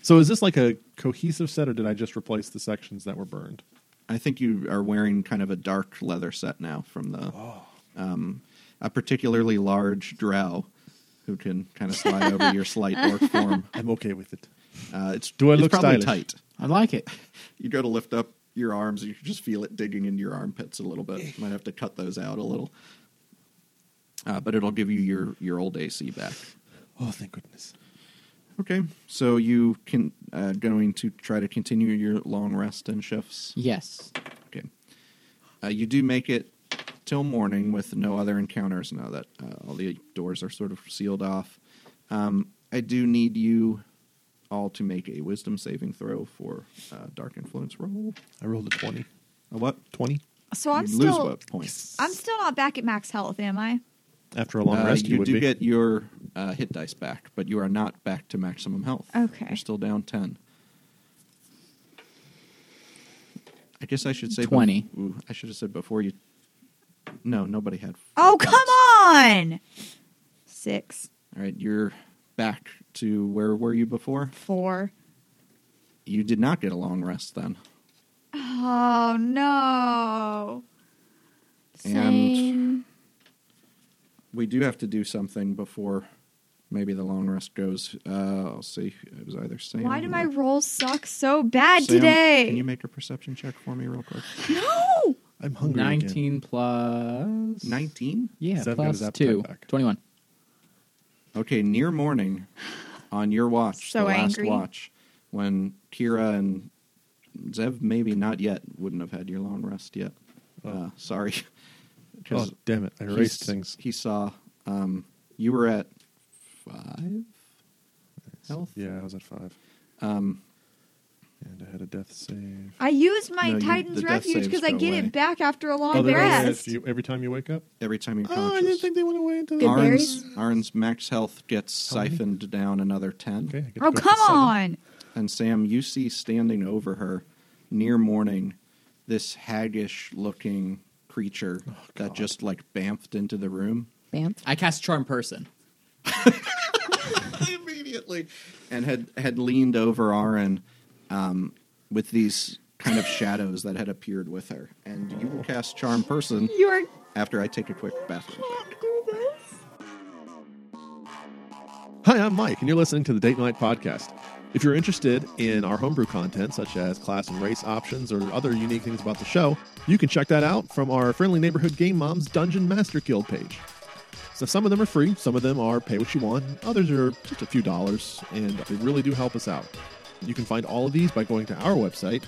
[SPEAKER 3] so is this like a cohesive set, or did I just replace the sections that were burned?
[SPEAKER 2] I think you are wearing kind of a dark leather set now from the um, a particularly large drow who can kind of slide over your slight orc form.
[SPEAKER 3] I'm okay with it.
[SPEAKER 2] Uh, it's
[SPEAKER 3] Do I
[SPEAKER 2] it's
[SPEAKER 3] look
[SPEAKER 2] probably
[SPEAKER 3] stylish?
[SPEAKER 2] tight?
[SPEAKER 5] I like it.
[SPEAKER 2] You go to lift up your arms, and you can just feel it digging into your armpits a little bit. You might have to cut those out a little, uh, but it'll give you your your old AC back.
[SPEAKER 3] Oh, thank goodness.
[SPEAKER 2] Okay, so you can uh, going to try to continue your long rest and shifts.
[SPEAKER 5] Yes.
[SPEAKER 2] Okay, uh, you do make it till morning with no other encounters. Now that uh, all the doors are sort of sealed off, um, I do need you all to make a wisdom saving throw for uh, dark influence roll.
[SPEAKER 3] I rolled a twenty.
[SPEAKER 2] A what?
[SPEAKER 3] Twenty
[SPEAKER 4] So Oh, I'm
[SPEAKER 2] you lose
[SPEAKER 4] still
[SPEAKER 2] what points?
[SPEAKER 4] I'm still not back at max health, am I?
[SPEAKER 3] after a long
[SPEAKER 2] Uh,
[SPEAKER 3] rest.
[SPEAKER 2] you,
[SPEAKER 3] would
[SPEAKER 2] do
[SPEAKER 3] be.
[SPEAKER 2] get your uh, hit dice back, but you are not back to maximum health.
[SPEAKER 4] Okay.
[SPEAKER 2] You're still down 10. I guess I should say...
[SPEAKER 5] 20.
[SPEAKER 2] Ooh, I should have said before you... No, nobody had...
[SPEAKER 4] Oh come on! Six,
[SPEAKER 2] All right, you're back to where were you before?
[SPEAKER 4] four.
[SPEAKER 2] You did not get a long rest then.
[SPEAKER 4] Oh no.
[SPEAKER 1] Same.
[SPEAKER 2] We do have to do something before maybe the long rest goes. Uh, I'll see. It was either Sam...
[SPEAKER 4] Why do
[SPEAKER 2] or-
[SPEAKER 4] my rolls suck so bad
[SPEAKER 2] Sam,
[SPEAKER 4] today?
[SPEAKER 2] Can you make a perception check for me real quick?
[SPEAKER 4] no!
[SPEAKER 3] I'm hungry. again.
[SPEAKER 5] 19 plus.
[SPEAKER 2] 19?
[SPEAKER 5] Yeah,
[SPEAKER 3] Zev got
[SPEAKER 5] plus
[SPEAKER 3] his appetite
[SPEAKER 5] 2.
[SPEAKER 3] back.
[SPEAKER 5] 21.
[SPEAKER 2] Okay, near morning, on your watch,
[SPEAKER 4] So
[SPEAKER 2] the last
[SPEAKER 4] angry.
[SPEAKER 2] watch, when Kira and Zev maybe not yet wouldn't have had your long rest yet. Uh, sorry,
[SPEAKER 3] Oh
[SPEAKER 2] because
[SPEAKER 3] damn it! I erased things.
[SPEAKER 2] He saw um, you were at five health.
[SPEAKER 3] Yeah, I was at five. Um, and I had a death save.
[SPEAKER 4] I used my
[SPEAKER 2] No, you-
[SPEAKER 4] Titan's
[SPEAKER 2] the death
[SPEAKER 4] refuge
[SPEAKER 2] saves
[SPEAKER 4] because I
[SPEAKER 2] go
[SPEAKER 4] get
[SPEAKER 2] away.
[SPEAKER 4] it back after a long
[SPEAKER 3] Oh, they went away
[SPEAKER 4] rest.
[SPEAKER 3] after you- every time you wake up.
[SPEAKER 2] Every time you're
[SPEAKER 3] Oh, I didn't
[SPEAKER 2] conscious,
[SPEAKER 3] think they went away until.
[SPEAKER 1] Good berry.
[SPEAKER 2] Arn's, Arn's max health gets
[SPEAKER 3] How many?
[SPEAKER 2] siphoned down another ten.
[SPEAKER 3] Oh, Okay, I get to
[SPEAKER 4] Oh
[SPEAKER 3] go for
[SPEAKER 4] come
[SPEAKER 3] seven.
[SPEAKER 4] on!
[SPEAKER 2] and Sam, you see standing over her near morning this haggish looking creature
[SPEAKER 3] Oh,
[SPEAKER 2] that just like bamfed into the room
[SPEAKER 1] Bamf.
[SPEAKER 5] I cast Charm Person.
[SPEAKER 2] immediately and had had leaned over Aaron um, with these kind of shadows that had appeared with her. And you
[SPEAKER 3] Oh.
[SPEAKER 2] will cast Charm Person
[SPEAKER 4] You are
[SPEAKER 2] after I take a quick bathroom break.
[SPEAKER 4] can't do this.
[SPEAKER 3] Hi, I'm Mike, and you're listening to the Date Night Podcast. If you're interested in our homebrew content, such as class and race options or other unique things about the show, you can check that out from our friendly neighborhood Game Moms Dungeon Master Guild page. So some of them are free, some of them are pay what you want, others are just a few dollars, and they really do help us out. You can find all of these by going to our website,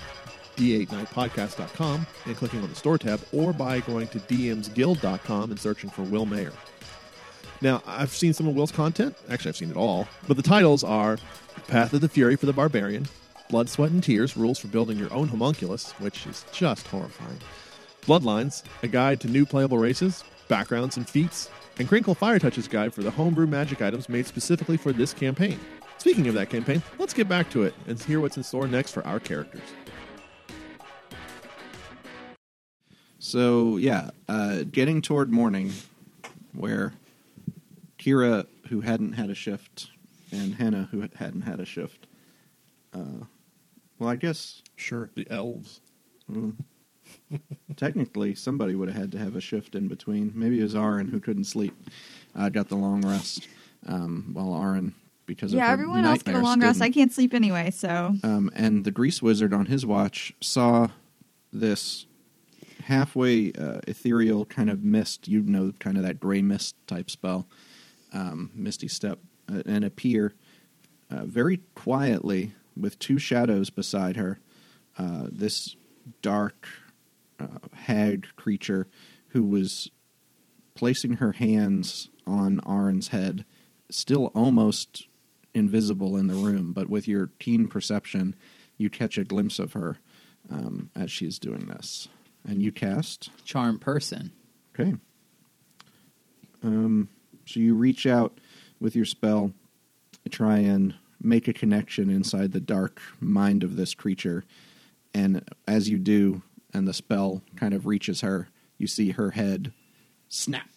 [SPEAKER 3] d8nightpodcast.com, and clicking on the store tab, or by going to dmsguild.com and searching for Will Mayer. Now, I've seen some of Will's content. Actually, I've seen it all. But the titles are Path of the Fury for the Barbarian, Blood, Sweat, and Tears Rules for Building Your Own Homunculus, which is just horrifying, Bloodlines, A Guide to New Playable Races, Backgrounds and Feats, and Crinkle Fire Touches Guide for the homebrew magic items made specifically for this campaign. Speaking of that campaign, let's get back to it and hear what's in store next for our characters.
[SPEAKER 2] So yeah, uh, getting toward morning, where Kira, who hadn't had a shift, and Hannah, who hadn't had a shift, Well, I guess
[SPEAKER 3] Sure, the elves.
[SPEAKER 2] technically somebody would have had to have a shift in between. Maybe it was Aaron who couldn't sleep. Uh, got the long rest. Um, while Aaron, because of
[SPEAKER 4] yeah,
[SPEAKER 2] her
[SPEAKER 4] everyone else get a
[SPEAKER 2] nightmares,
[SPEAKER 4] long rest. I
[SPEAKER 2] didn't.
[SPEAKER 4] can't sleep anyway, so
[SPEAKER 2] Um, and the grease wizard on his watch saw this halfway uh, ethereal kind of mist. You know, kind of that gray mist type spell, um, misty step, uh, and appear uh, very quietly with two shadows beside her. Uh, this dark uh, hag creature who was placing her hands on Arn's head, still almost invisible in the room, but with your keen perception, you catch a glimpse of her um, as she's doing this. And you cast.
[SPEAKER 5] Charm person.
[SPEAKER 2] Okay. Um, so you reach out with your spell, try and make a connection inside the dark mind of this creature. And as you do, and the spell kind of reaches her, you see her head snap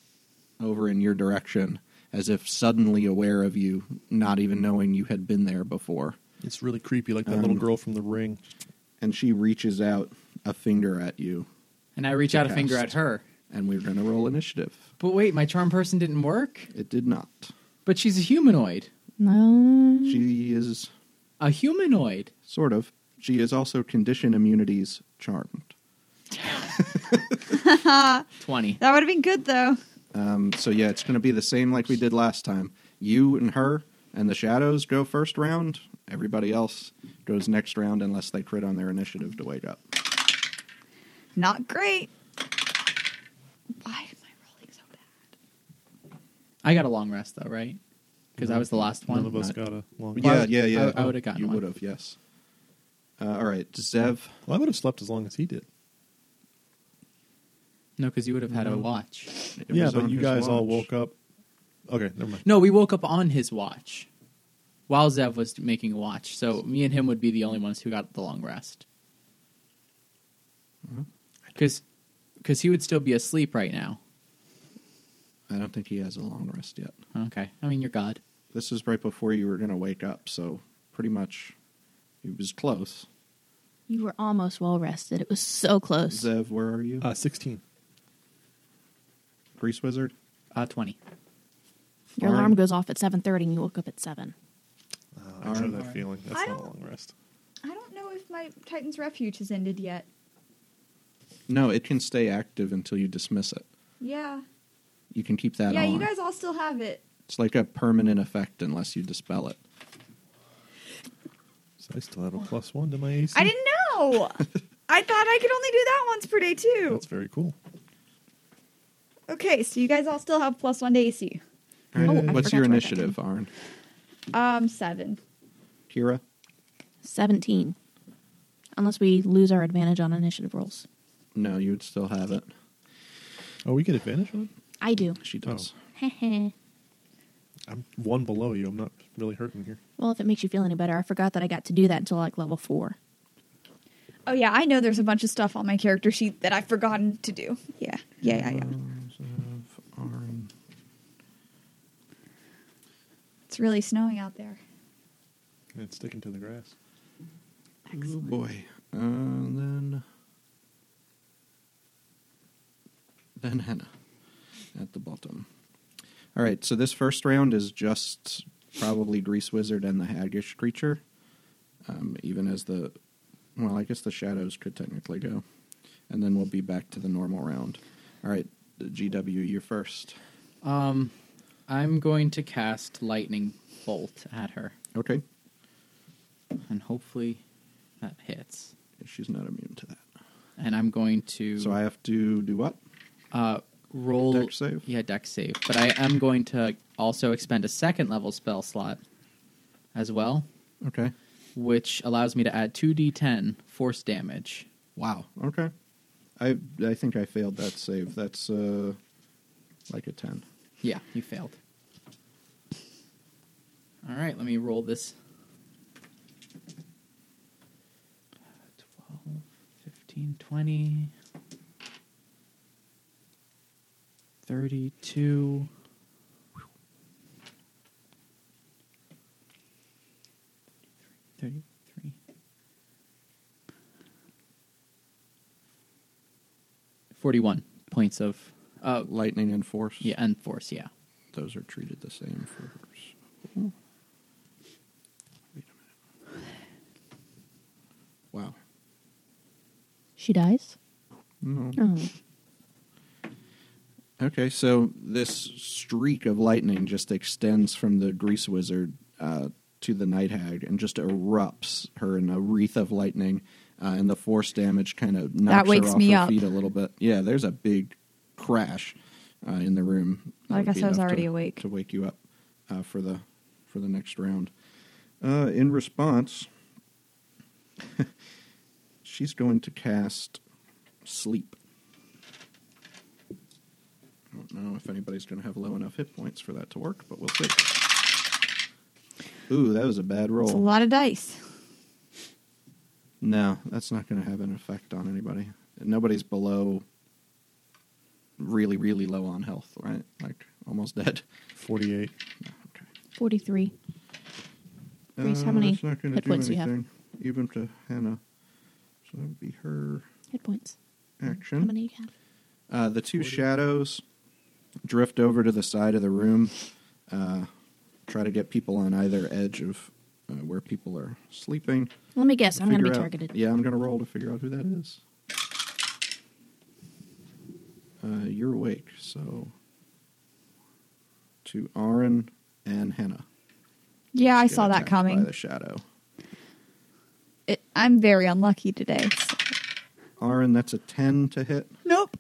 [SPEAKER 2] over in your direction as if suddenly aware of you, not even knowing you had been there before.
[SPEAKER 3] It's really creepy, like that little girl from The Ring.
[SPEAKER 2] And she reaches out a finger at you,
[SPEAKER 5] And I reach out a
[SPEAKER 2] Cast.
[SPEAKER 5] finger at her.
[SPEAKER 2] and we're going to roll initiative.
[SPEAKER 5] But wait, my charm person didn't work?
[SPEAKER 2] It did not.
[SPEAKER 5] But she's a humanoid.
[SPEAKER 1] No.
[SPEAKER 2] She is
[SPEAKER 5] A humanoid.
[SPEAKER 2] Sort of. She is also condition immunities charmed.
[SPEAKER 5] 20.
[SPEAKER 4] that would have been good though.
[SPEAKER 2] Um, so yeah, it's going to be the same like we did last time. You and her and the shadows go first round. Everybody else goes next round unless they crit on their initiative to wake up.
[SPEAKER 4] Not great. Why am I rolling so bad?
[SPEAKER 5] I got a long rest, though, right? Because I was the last one.
[SPEAKER 3] None of us got a long.
[SPEAKER 2] Yeah, yeah, yeah.
[SPEAKER 5] I- I would've gotten
[SPEAKER 2] You
[SPEAKER 5] one.
[SPEAKER 2] would have, yes. Uh, all right, Zev.
[SPEAKER 3] Well, I would have slept as long as he did.
[SPEAKER 5] No, because you would have had a watch.
[SPEAKER 2] it
[SPEAKER 3] yeah,
[SPEAKER 2] was
[SPEAKER 3] but
[SPEAKER 2] on
[SPEAKER 3] you
[SPEAKER 2] his
[SPEAKER 3] guys all
[SPEAKER 2] watch.
[SPEAKER 3] woke up. Okay, never mind.
[SPEAKER 5] No, we woke up on his watch while Zev was making a watch. So me and him would be the only ones who got the long rest.
[SPEAKER 2] Mm-hmm.
[SPEAKER 5] Because he would still be asleep right now.
[SPEAKER 2] I don't think he has a long rest yet.
[SPEAKER 5] Okay. I mean, you're God.
[SPEAKER 2] This is right before you were going to wake up, so pretty much he was close.
[SPEAKER 1] You were almost well rested. It was so close.
[SPEAKER 2] Zev, where are you?
[SPEAKER 3] Uh, 16.
[SPEAKER 2] Grease Wizard?
[SPEAKER 5] Uh, 20.
[SPEAKER 1] Your
[SPEAKER 2] Fine.
[SPEAKER 1] alarm goes off at 7:30 and you woke up at 7.
[SPEAKER 3] I know
[SPEAKER 2] Alright.
[SPEAKER 3] that feeling. That's
[SPEAKER 4] Oh, I
[SPEAKER 3] not a
[SPEAKER 4] don't-
[SPEAKER 3] long rest.
[SPEAKER 4] I don't know if my Titan's Refuge has ended yet.
[SPEAKER 2] No, it can stay active until you dismiss it.
[SPEAKER 4] Yeah.
[SPEAKER 2] You can keep that
[SPEAKER 4] yeah,
[SPEAKER 2] on.
[SPEAKER 4] you guys all still have it.
[SPEAKER 2] It's like a permanent effect unless you dispel it.
[SPEAKER 3] So I still have a plus one to my AC.
[SPEAKER 4] I didn't know. I thought I could only do that once per day too.
[SPEAKER 3] That's very cool.
[SPEAKER 4] Okay, so you guys all still have plus one to AC.
[SPEAKER 1] Oh, I
[SPEAKER 2] What's
[SPEAKER 1] forgot to
[SPEAKER 2] your
[SPEAKER 1] write that
[SPEAKER 2] initiative, Arn?
[SPEAKER 4] Um, seven.
[SPEAKER 2] Kira?
[SPEAKER 1] 17. Unless we lose our advantage on initiative rolls.
[SPEAKER 2] No, you would still have it.
[SPEAKER 3] Oh, we get advantage on it?
[SPEAKER 1] I do.
[SPEAKER 2] She does.
[SPEAKER 1] well,
[SPEAKER 3] I'm one below you. I'm not really hurting here.
[SPEAKER 1] if it makes you feel any better, I forgot that I got to do that until like level 4.
[SPEAKER 4] Oh yeah, I know there's a bunch of stuff on my character sheet that I've forgotten to do. Yeah, yeah, yeah, yeah.
[SPEAKER 1] Oh.
[SPEAKER 2] Arn.
[SPEAKER 4] It's really snowing out there.
[SPEAKER 3] And it's sticking to the grass.
[SPEAKER 2] Oh, boy. Uh, then. Then Henna at the bottom. All right, so this first round is just probably Grease Wizard and the Haggish creature. Um, even as the. Well, I guess the shadows could technically go. And then we'll be back to the normal round. All right, GW, you're first.
[SPEAKER 5] Um, I'm going to cast lightning bolt at her,
[SPEAKER 2] Okay.
[SPEAKER 5] and hopefully that hits.
[SPEAKER 2] She's not immune to that.
[SPEAKER 5] And I'm going to
[SPEAKER 2] So I have to do what?
[SPEAKER 5] uh, roll
[SPEAKER 2] Dex save?
[SPEAKER 5] Yeah, deck save. But I am going to also expend a second level spell slot as well,
[SPEAKER 2] Okay.
[SPEAKER 5] which allows me to add two d10 force damage.
[SPEAKER 2] Wow. Okay. I I think I failed that save. That's uh like a 10.
[SPEAKER 5] Yeah, you failed. All right, let me roll this. 12, 15, 20, 32, 33, 41 points of uh,
[SPEAKER 2] Lightning and force.
[SPEAKER 5] yeah, and force, yeah.
[SPEAKER 2] Those are treated the same force. Wait a minute. Wow.
[SPEAKER 1] She dies?
[SPEAKER 2] No.
[SPEAKER 1] Oh.
[SPEAKER 2] Okay, so this streak of lightning just extends from the grease wizard uh, to the night hag and just erupts her in a wreath of lightning, uh, and the force damage kind of knocks
[SPEAKER 4] wakes
[SPEAKER 2] her off
[SPEAKER 4] me
[SPEAKER 2] her
[SPEAKER 4] up.
[SPEAKER 2] feet a little bit. Yeah, there's a big crash uh, in the room. That
[SPEAKER 4] I
[SPEAKER 2] would
[SPEAKER 4] guess
[SPEAKER 2] be
[SPEAKER 4] I was
[SPEAKER 2] enough
[SPEAKER 4] already
[SPEAKER 2] to,
[SPEAKER 4] awake.
[SPEAKER 2] to wake you up uh, for the for the next round. Uh, in response, she's going to cast sleep. I don't know if anybody's going to have low enough hit points for that to work, but we'll see. Ooh, that was a bad roll.
[SPEAKER 4] It's a lot of dice.
[SPEAKER 2] No, that's not going to have an effect on anybody. Nobody's below really, really low on health, right? Like almost dead.
[SPEAKER 3] 48.
[SPEAKER 2] No, okay. Uh,
[SPEAKER 1] 43. Reese, how many
[SPEAKER 2] that's not gonna
[SPEAKER 1] hit points do you have?
[SPEAKER 2] anything, Even to Hannah. So that would be her
[SPEAKER 1] Hit points.
[SPEAKER 2] action.
[SPEAKER 1] How many do you have?
[SPEAKER 2] Uh, the two shadows drift over to the side of the room, uh, try to get people on either edge of uh, where people are sleeping.
[SPEAKER 1] Let me guess. I'm going to be
[SPEAKER 2] Figure out-
[SPEAKER 1] targeted.
[SPEAKER 2] Yeah, I'm going to roll to figure out who that is. Uh, you're awake, so to Aaron and Hannah.
[SPEAKER 4] Yeah, I
[SPEAKER 2] Get
[SPEAKER 4] saw that
[SPEAKER 2] attacked By
[SPEAKER 4] coming.
[SPEAKER 2] the shadow.
[SPEAKER 4] It, I'm very unlucky today.
[SPEAKER 2] Aaron, that's a 10 to hit,
[SPEAKER 4] Nope.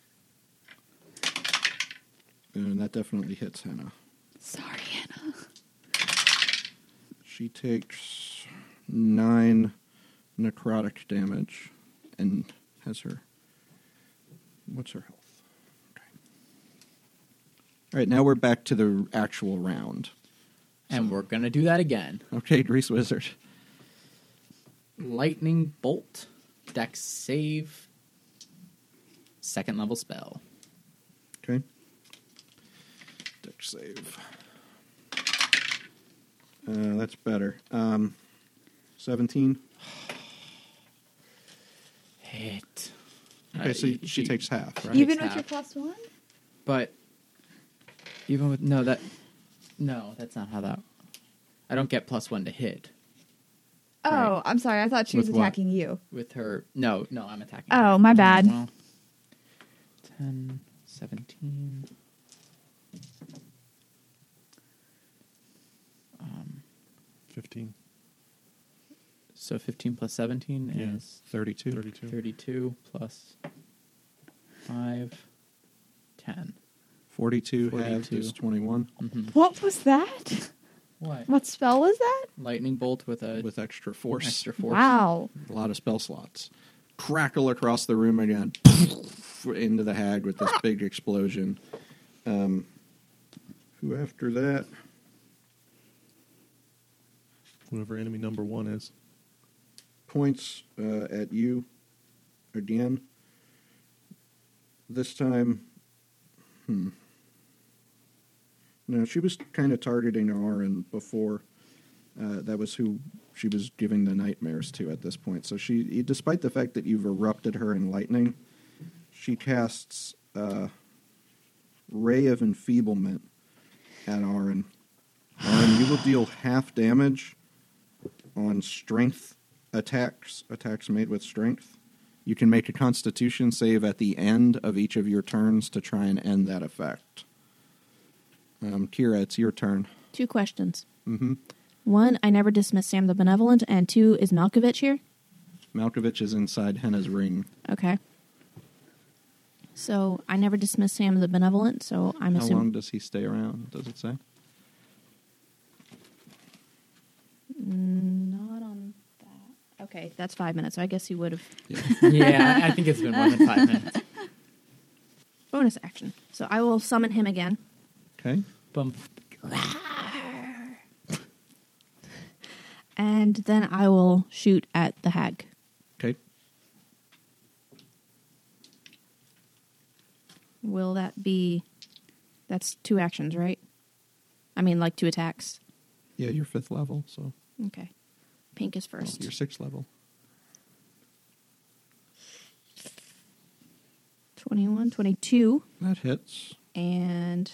[SPEAKER 2] and that definitely hits Hannah.
[SPEAKER 4] Sorry, Anna.
[SPEAKER 2] She takes nine necrotic damage and has her. What's her health? Okay. All right, now we're back to the actual round.
[SPEAKER 5] And we're going to do that again.
[SPEAKER 2] Okay, Grease Wizard.
[SPEAKER 5] Lightning bolt, dex save, second level spell.
[SPEAKER 2] Okay. Dex save. Uh, that's better. Um, 17.
[SPEAKER 5] Hit.
[SPEAKER 2] Okay,
[SPEAKER 5] Uh,
[SPEAKER 2] so
[SPEAKER 5] y-
[SPEAKER 2] she
[SPEAKER 5] y-
[SPEAKER 2] takes half, right?
[SPEAKER 4] Even
[SPEAKER 5] it's
[SPEAKER 4] with your
[SPEAKER 5] half.
[SPEAKER 4] plus one?
[SPEAKER 5] But even with no that no, that's not how that. I don't get plus one to hit
[SPEAKER 4] Oh,
[SPEAKER 5] Right.
[SPEAKER 4] I'm sorry. I thought she was
[SPEAKER 2] With what?
[SPEAKER 4] attacking you.
[SPEAKER 5] with her. No, no, I'm attacking.
[SPEAKER 4] Oh,
[SPEAKER 5] her.
[SPEAKER 4] my bad.
[SPEAKER 5] Well, 10, 17. Um,
[SPEAKER 3] 15.
[SPEAKER 5] so 15 plus 17
[SPEAKER 3] Yeah.
[SPEAKER 5] is
[SPEAKER 2] 32.
[SPEAKER 3] 32.
[SPEAKER 5] 32 plus 5, 10.
[SPEAKER 2] 42, halved
[SPEAKER 5] 42.
[SPEAKER 2] is 21.
[SPEAKER 5] Mhm.
[SPEAKER 4] What was that?
[SPEAKER 5] What?
[SPEAKER 4] What spell was that?
[SPEAKER 5] Lightning bolt with a
[SPEAKER 2] With extra force.
[SPEAKER 5] extra force.
[SPEAKER 4] Wow.
[SPEAKER 2] a lot of spell slots. Crackle across the room again, into the hag with this big explosion. Um, who after that?
[SPEAKER 3] Whoever enemy number one is.
[SPEAKER 2] points uh, at you again. This time, hmm. No, she was kind of targeting Aaron before. Uh, that was who she was giving the nightmares to at this point. So she, despite the fact that you've erupted her in lightning, she casts uh, ray of enfeeblement at Aaron. Aaron, you will deal half damage on strength attacks, attacks made with strength. You can make a constitution save at the end of each of your turns to try and end that effect. Um, Kira, it's your turn.
[SPEAKER 1] Two questions.
[SPEAKER 2] Mm-hmm.
[SPEAKER 1] One, I never dismissed Sam the Benevolent. And two, is Malkovich here?
[SPEAKER 2] Malkovich is inside Henna's ring.
[SPEAKER 1] Okay. So I never dismissed Sam the Benevolent, so I'm
[SPEAKER 2] How long
[SPEAKER 1] assuming
[SPEAKER 2] does he stay around? Does it say?
[SPEAKER 1] not on that. Okay, that's five minutes. So I guess he would have
[SPEAKER 2] Yeah.
[SPEAKER 5] yeah, I think it's been more than five minutes.
[SPEAKER 1] bonus action. So I will summon him again.
[SPEAKER 2] okay.
[SPEAKER 5] Bump.
[SPEAKER 1] And then I will shoot at the hag.
[SPEAKER 2] Okay.
[SPEAKER 1] Will that be that's two actions, right? I mean like two attacks.
[SPEAKER 2] Yeah, you're fifth level, so
[SPEAKER 1] Okay. Pink is
[SPEAKER 2] well,
[SPEAKER 1] first.
[SPEAKER 2] you're sixth level.
[SPEAKER 1] 21, 22,
[SPEAKER 2] That hits.
[SPEAKER 1] and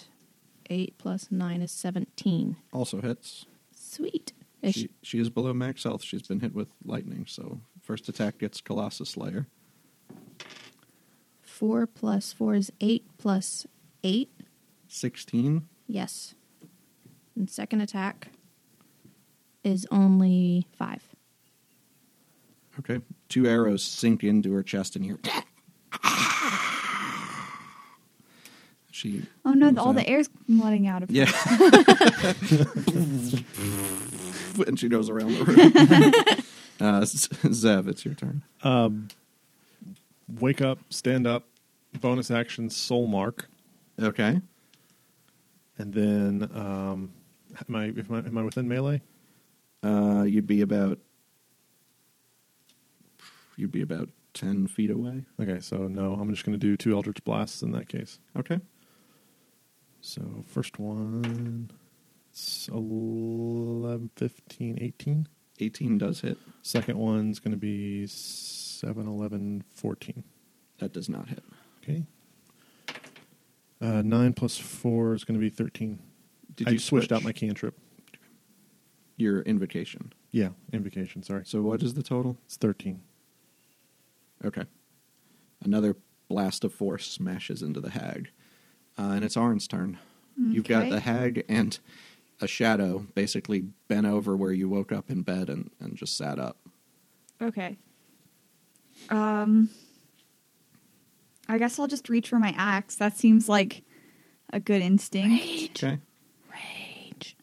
[SPEAKER 1] 8 plus 9 is 17.
[SPEAKER 2] Also hits.
[SPEAKER 1] Sweet. Ish.
[SPEAKER 2] She, she is below max health. She's been hit with lightning, so first attack gets Colossus Slayer.
[SPEAKER 1] 4 plus 4 is 8 plus 8.
[SPEAKER 2] 16.
[SPEAKER 1] Yes. And second attack is only 5.
[SPEAKER 2] Okay. Two arrows sink into her chest and here. She.
[SPEAKER 4] Oh no!
[SPEAKER 2] comes
[SPEAKER 4] The, all
[SPEAKER 2] out.
[SPEAKER 4] the air's letting out of. her.
[SPEAKER 2] Yeah. and she goes around the room. uh, Z- Zev, it's your turn.
[SPEAKER 3] Wake up, stand up, bonus action, soul mark,
[SPEAKER 2] Okay.
[SPEAKER 3] and then um, am I if I am I within melee?
[SPEAKER 2] Uh, you'd be about. You'd be about 10 feet away.
[SPEAKER 3] Okay, so no, I'm just going to do two eldritch blasts in that case.
[SPEAKER 2] Okay.
[SPEAKER 3] So first one, it's 11, 15, 18.
[SPEAKER 2] 18 does hit.
[SPEAKER 3] Second one's going to be 7, 11, 14.
[SPEAKER 2] That does not hit.
[SPEAKER 3] Okay. Uh, 9 plus 4 is going to be 13.
[SPEAKER 2] Did
[SPEAKER 3] I
[SPEAKER 2] you
[SPEAKER 3] switched
[SPEAKER 2] switch?
[SPEAKER 3] out my cantrip.
[SPEAKER 2] Your invocation.
[SPEAKER 3] Yeah, invocation, sorry. So
[SPEAKER 2] So what is the total?
[SPEAKER 3] it's 13.
[SPEAKER 2] Okay. Another blast of force smashes into the hag. Uh, and it's Arn's turn. You've got
[SPEAKER 4] Okay.
[SPEAKER 2] the hag and a shadow basically bent over where you woke up in bed and, and just sat up.
[SPEAKER 4] Okay. Um, I guess I'll just reach for my axe. That seems like a good instinct.
[SPEAKER 2] Okay.
[SPEAKER 1] Rage.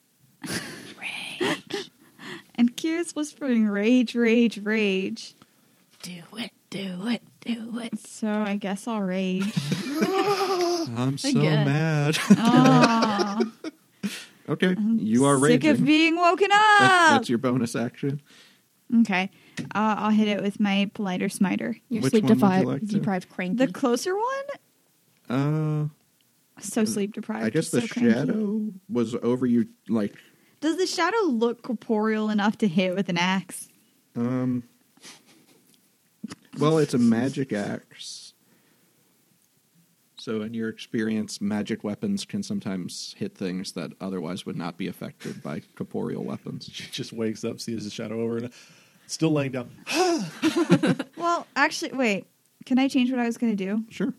[SPEAKER 4] And Kira's whispering, "Rage, rage, rage."
[SPEAKER 1] Do it, do it, do it.
[SPEAKER 4] So I guess I'll rage.
[SPEAKER 2] I'm so
[SPEAKER 1] Again.
[SPEAKER 2] mad.
[SPEAKER 4] Aw.
[SPEAKER 2] okay. You are
[SPEAKER 4] Ah, Sick
[SPEAKER 2] raging.
[SPEAKER 4] of being woken up.
[SPEAKER 2] That- that's your bonus action.
[SPEAKER 4] okay, uh, I'll hit it with my politer smiter.
[SPEAKER 1] You're
[SPEAKER 2] Which
[SPEAKER 1] sleep
[SPEAKER 2] one would you
[SPEAKER 1] defi-
[SPEAKER 2] like to-
[SPEAKER 1] deprived cranky.
[SPEAKER 4] The
[SPEAKER 2] Mm.
[SPEAKER 4] closer one,
[SPEAKER 2] Uh,
[SPEAKER 4] so sleep deprived.
[SPEAKER 2] I guess
[SPEAKER 4] so
[SPEAKER 2] the
[SPEAKER 4] cranky.
[SPEAKER 2] shadow was over you like
[SPEAKER 4] Does the shadow look corporeal enough to hit with an axe?
[SPEAKER 2] Um. Well, it's a magic axe. So, in your experience, magic weapons can sometimes hit things that otherwise would not be affected by corporeal weapons.
[SPEAKER 3] She just wakes up, sees the shadow over, and still laying down.
[SPEAKER 4] Well, actually, wait. Can I change what I was going to do?
[SPEAKER 2] Sure.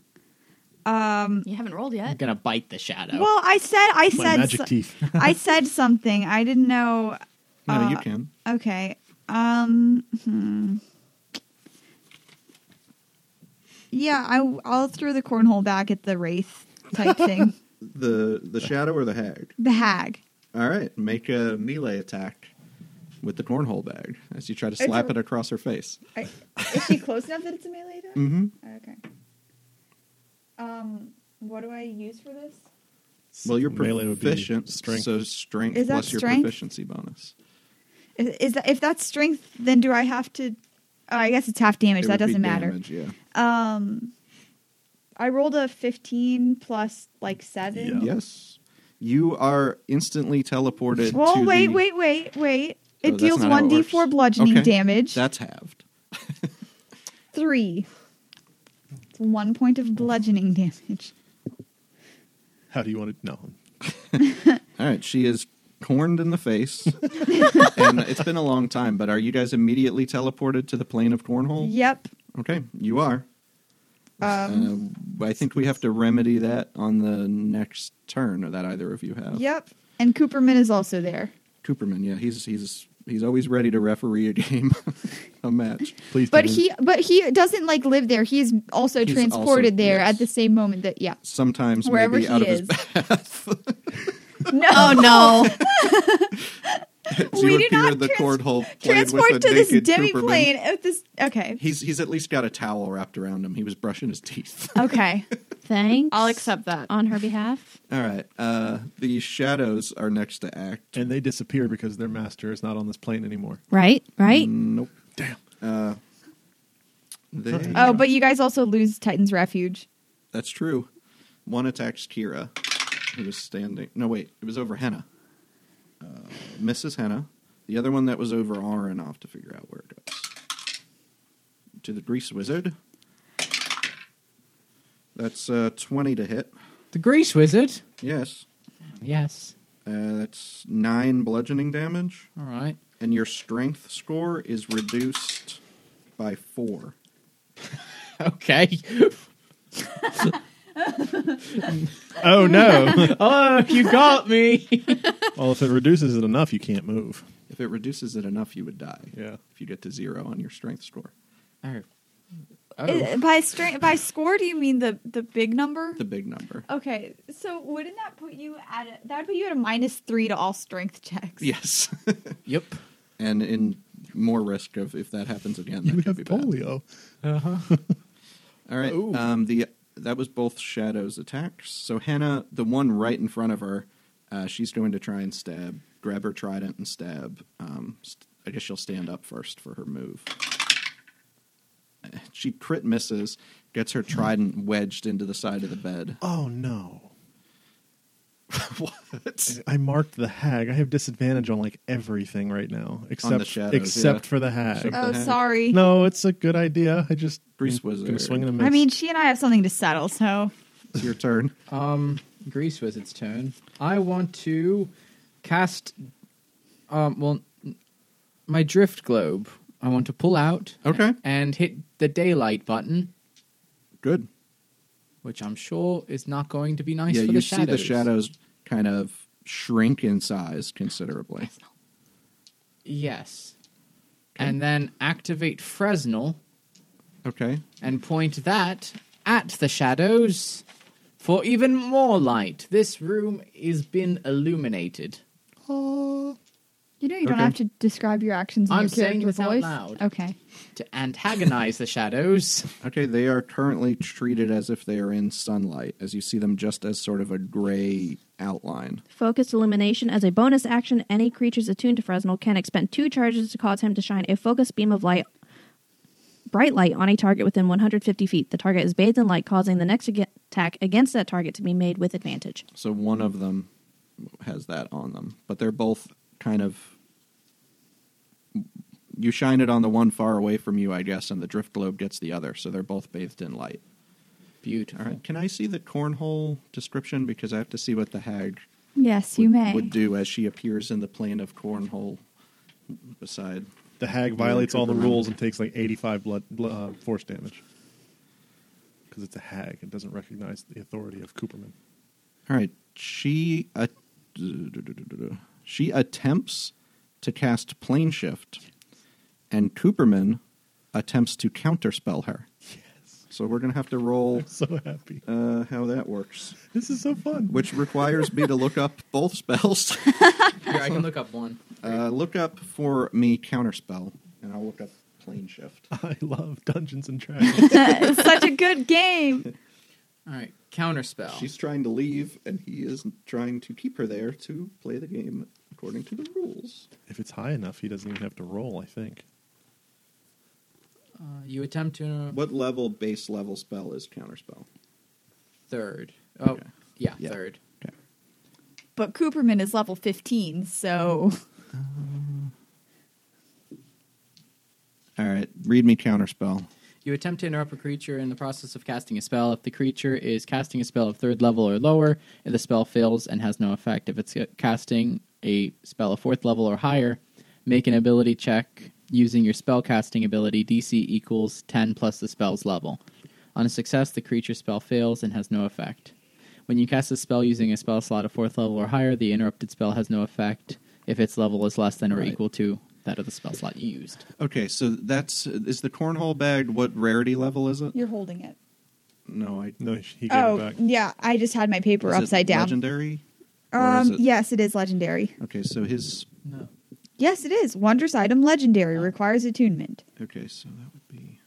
[SPEAKER 4] Um,
[SPEAKER 1] you haven't rolled
[SPEAKER 5] I'm
[SPEAKER 1] yet.
[SPEAKER 5] gonna bite the shadow.
[SPEAKER 4] well, I said I
[SPEAKER 3] My
[SPEAKER 4] said
[SPEAKER 3] magic
[SPEAKER 4] so-
[SPEAKER 3] teeth.
[SPEAKER 4] I said something. I didn't know.
[SPEAKER 2] No, you
[SPEAKER 4] Uh,
[SPEAKER 2] can.
[SPEAKER 4] Okay. Um. Hmm. Yeah, I, I'll throw the cornhole back at the wraith type thing.
[SPEAKER 2] The the shadow or the hag.
[SPEAKER 4] the hag.
[SPEAKER 2] All right, make a melee attack with the cornhole bag as you try to
[SPEAKER 4] It's
[SPEAKER 2] slap
[SPEAKER 4] a-
[SPEAKER 2] it across her face.
[SPEAKER 4] is she close enough that it's a melee attack?
[SPEAKER 2] Mm-hmm.
[SPEAKER 4] Okay. Um. What do I use for this?
[SPEAKER 2] Well, you're
[SPEAKER 3] Melee would be
[SPEAKER 2] proficient,
[SPEAKER 3] strength.
[SPEAKER 2] so strength
[SPEAKER 4] Is that
[SPEAKER 2] plus your
[SPEAKER 4] strength?
[SPEAKER 2] proficiency bonus.
[SPEAKER 4] Is, is that if that's strength? Then do I have to? Oh, I guess it's half damage.
[SPEAKER 2] It
[SPEAKER 4] that
[SPEAKER 2] would be
[SPEAKER 4] doesn't matter.
[SPEAKER 2] damage, yeah.
[SPEAKER 4] Um, I rolled a fifteen plus like seven.
[SPEAKER 3] Yeah.
[SPEAKER 2] Yes. You are instantly teleported.
[SPEAKER 4] Well,
[SPEAKER 2] to
[SPEAKER 4] wait,
[SPEAKER 2] the-
[SPEAKER 4] wait, wait, wait.
[SPEAKER 2] Oh,
[SPEAKER 4] It
[SPEAKER 2] that's
[SPEAKER 4] deals
[SPEAKER 2] not how it
[SPEAKER 4] one d four
[SPEAKER 2] works.
[SPEAKER 4] bludgeoning
[SPEAKER 2] Okay.
[SPEAKER 4] damage.
[SPEAKER 2] That's halved.
[SPEAKER 4] three. It's one point of bludgeoning damage.
[SPEAKER 3] How do you want to? No.
[SPEAKER 2] All right, she is corned in the face, and it's been a long time. But are you guys immediately teleported to the plane of cornhole?
[SPEAKER 4] Yep.
[SPEAKER 2] Okay, you are. Uh,
[SPEAKER 4] Um,
[SPEAKER 2] I think we have to remedy that on the next turn or that either of you have.
[SPEAKER 4] yep. And Cooperman is also there.
[SPEAKER 2] Cooperman. Yeah, he's he's he's always ready to referee a game, a match.
[SPEAKER 3] Please
[SPEAKER 4] But
[SPEAKER 3] don't-
[SPEAKER 4] he, but he doesn't like live there. He's also
[SPEAKER 2] He's
[SPEAKER 4] transported
[SPEAKER 2] also-
[SPEAKER 4] there
[SPEAKER 2] yes.
[SPEAKER 4] at the same moment that yeah.
[SPEAKER 2] Sometimes
[SPEAKER 4] Wherever
[SPEAKER 2] maybe
[SPEAKER 4] he
[SPEAKER 2] out
[SPEAKER 4] is.
[SPEAKER 2] of his back.
[SPEAKER 4] Oh, No,
[SPEAKER 1] no.
[SPEAKER 4] We
[SPEAKER 2] you
[SPEAKER 4] do
[SPEAKER 2] appear
[SPEAKER 4] not
[SPEAKER 2] in the
[SPEAKER 4] trans-
[SPEAKER 2] cornhole plane
[SPEAKER 4] transport
[SPEAKER 2] with the
[SPEAKER 4] to this
[SPEAKER 2] naked
[SPEAKER 4] demi
[SPEAKER 2] Cooperman.
[SPEAKER 4] plane at this. Okay.
[SPEAKER 2] He's he's at least got a towel wrapped around him. He was brushing his teeth.
[SPEAKER 4] Okay.
[SPEAKER 1] Thanks.
[SPEAKER 6] I'll accept that.
[SPEAKER 1] On her behalf.
[SPEAKER 2] All right. Uh, the shadows are next to act.
[SPEAKER 3] and they disappear because their master is not on this plane anymore.
[SPEAKER 1] Right, right?
[SPEAKER 2] Nope. Uh,
[SPEAKER 3] Damn.
[SPEAKER 2] They,
[SPEAKER 4] Oh, but you guys also lose Titan's refuge.
[SPEAKER 2] that's true. One attacks Kira, who was standing. No, wait. It was over Henna. Uh, Mrs. Henna. The other one that was over Arin. I'll have to figure out where it goes. To the Grease Wizard. That's uh, 20 to hit.
[SPEAKER 5] The Grease Wizard.
[SPEAKER 2] Yes.
[SPEAKER 5] Yes.
[SPEAKER 2] Uh, that's 9 bludgeoning damage.
[SPEAKER 5] All right.
[SPEAKER 2] And your strength score is reduced by 4.
[SPEAKER 5] Okay.
[SPEAKER 3] Oh no!
[SPEAKER 5] oh, you got me.
[SPEAKER 3] well, if it reduces it enough, you can't move.
[SPEAKER 2] If it reduces it enough, you would die.
[SPEAKER 3] Yeah.
[SPEAKER 2] If you get to 0 on your strength score.
[SPEAKER 5] oh.
[SPEAKER 2] Oh.
[SPEAKER 4] Is- by strength, by score, do you mean the the big number?
[SPEAKER 2] The big number.
[SPEAKER 4] okay, so wouldn't that put you at a, that would put you at a minus three to all strength checks?
[SPEAKER 2] Yes.
[SPEAKER 5] Yep.
[SPEAKER 2] and in more risk of if that happens again, that
[SPEAKER 3] You would
[SPEAKER 2] could
[SPEAKER 3] have
[SPEAKER 2] be bad.
[SPEAKER 3] polio.
[SPEAKER 2] All right. Um, the that was both Shadow's attacks. So Hannah, the one right in front of her, uh, she's going to try and stab. Grab her trident and stab. Um, st- I guess she'll stand up first for her move. Uh, She crit misses, gets her trident wedged into the side of the bed.
[SPEAKER 3] Oh no!
[SPEAKER 2] what?
[SPEAKER 3] I marked the hag. I have disadvantage on like everything right now, except
[SPEAKER 2] shadows,
[SPEAKER 3] except
[SPEAKER 2] yeah.
[SPEAKER 3] for the hag.
[SPEAKER 2] Except-
[SPEAKER 4] Oh,
[SPEAKER 2] Uh-huh.
[SPEAKER 4] sorry.
[SPEAKER 3] no, it's a good idea. I just
[SPEAKER 2] Grease
[SPEAKER 3] I'm
[SPEAKER 2] wizard.
[SPEAKER 3] Gonna swing and a miss.
[SPEAKER 4] I mean, she and I have something to settle, so
[SPEAKER 2] It's your turn.
[SPEAKER 5] Um, Grease Wizard's turn. I want to cast. Um, well, n- my drift globe. I want to pull out
[SPEAKER 2] Okay.
[SPEAKER 5] and hit the daylight button,
[SPEAKER 2] Good.
[SPEAKER 5] which I'm sure is not going to be nice
[SPEAKER 2] yeah,
[SPEAKER 5] for
[SPEAKER 2] you
[SPEAKER 5] the
[SPEAKER 2] see
[SPEAKER 5] shadows.
[SPEAKER 2] the shadows kind of shrink in size considerably.
[SPEAKER 5] Yes. And then activate Fresnel
[SPEAKER 2] Okay.
[SPEAKER 5] and point that at the shadows for even more light. This room is been illuminated.
[SPEAKER 4] you know you don't
[SPEAKER 2] Okay.
[SPEAKER 4] have to describe your actions in
[SPEAKER 5] I'm
[SPEAKER 4] your
[SPEAKER 5] saying
[SPEAKER 4] character
[SPEAKER 5] this out
[SPEAKER 4] voice.
[SPEAKER 5] loud.
[SPEAKER 4] Okay.
[SPEAKER 5] to antagonize the shadows.
[SPEAKER 2] Okay, they are currently treated as if they are in sunlight, as you see them just as sort of a gray outline.
[SPEAKER 1] Focused illumination. As a bonus action, any creatures attuned to Fresnel can expend two charges to cause him to shine a focused beam of light, bright light, on a target within 150 feet. The target is bathed in light, causing the next ag- attack against that target to be made with advantage.
[SPEAKER 2] So one of them has that on them, but they're both kind of. You shine it on the one far away from you, I guess, and the drift globe gets the other, so they're both bathed in light. All
[SPEAKER 5] Beautiful.
[SPEAKER 2] right, can I see the cornhole description? Because I have to see what the hag
[SPEAKER 4] Yes,
[SPEAKER 2] would,
[SPEAKER 4] you may.
[SPEAKER 2] would do as she appears in the plane of cornhole beside.
[SPEAKER 3] the hag violates all the rules and takes like eighty-five blood, bl- uh, force damage because it's a hag. It doesn't recognize the authority of Cooperman.
[SPEAKER 2] All right. She uh, she attempts to cast plane shift, and Cooperman attempts to counterspell her. Yes. So we're gonna have to roll
[SPEAKER 3] So happy.
[SPEAKER 2] uh, how that works,
[SPEAKER 3] This is so fun.
[SPEAKER 2] which requires me to look up both spells.
[SPEAKER 5] Here, I can look up one.
[SPEAKER 2] uh, look up for me counterspell, and I'll look up plane shift.
[SPEAKER 3] I love Dungeons and Dragons.
[SPEAKER 4] it's such a good game.
[SPEAKER 5] All right, counterspell.
[SPEAKER 2] She's trying to leave, and he is trying to keep her there to play the game according to the rules.
[SPEAKER 3] if it's high enough, he doesn't even have to roll. I think.
[SPEAKER 5] Uh, you attempt to
[SPEAKER 2] What level base level spell is counterspell?
[SPEAKER 5] third. Oh,
[SPEAKER 2] Okay.
[SPEAKER 5] yeah,
[SPEAKER 2] Yeah.
[SPEAKER 5] third.
[SPEAKER 2] Okay.
[SPEAKER 4] But Cooperman is level 15, so
[SPEAKER 2] All right, read me counterspell.
[SPEAKER 5] You attempt to interrupt a creature in the process of casting a spell. If the creature is casting a spell of third level or lower, if the spell fails and has no effect. If it's uh, casting a spell of fourth level or higher, make an ability check using your spell casting ability. DC equals 10 plus the spell's level. On a success, the creature's spell fails and has no effect. When you cast a spell using a spell slot of fourth level or higher, the interrupted spell has no effect if its level is less than or
[SPEAKER 2] Right.
[SPEAKER 5] equal to that of the spell slot you used.
[SPEAKER 2] Okay, so that's is the cornhole bag. What rarity level is it?
[SPEAKER 4] you're holding it.
[SPEAKER 2] No, I
[SPEAKER 3] No, he gave it
[SPEAKER 4] Oh,
[SPEAKER 3] back.
[SPEAKER 4] yeah, I just had my paper
[SPEAKER 2] is it
[SPEAKER 4] upside down.
[SPEAKER 2] Legendary. Or is
[SPEAKER 4] Um,
[SPEAKER 2] it-
[SPEAKER 4] yes, it is legendary.
[SPEAKER 2] Okay, so his
[SPEAKER 5] No.
[SPEAKER 4] Yes, it is. Wondrous item
[SPEAKER 2] Oh.
[SPEAKER 4] legendary requires attunement.
[SPEAKER 2] okay, so that would be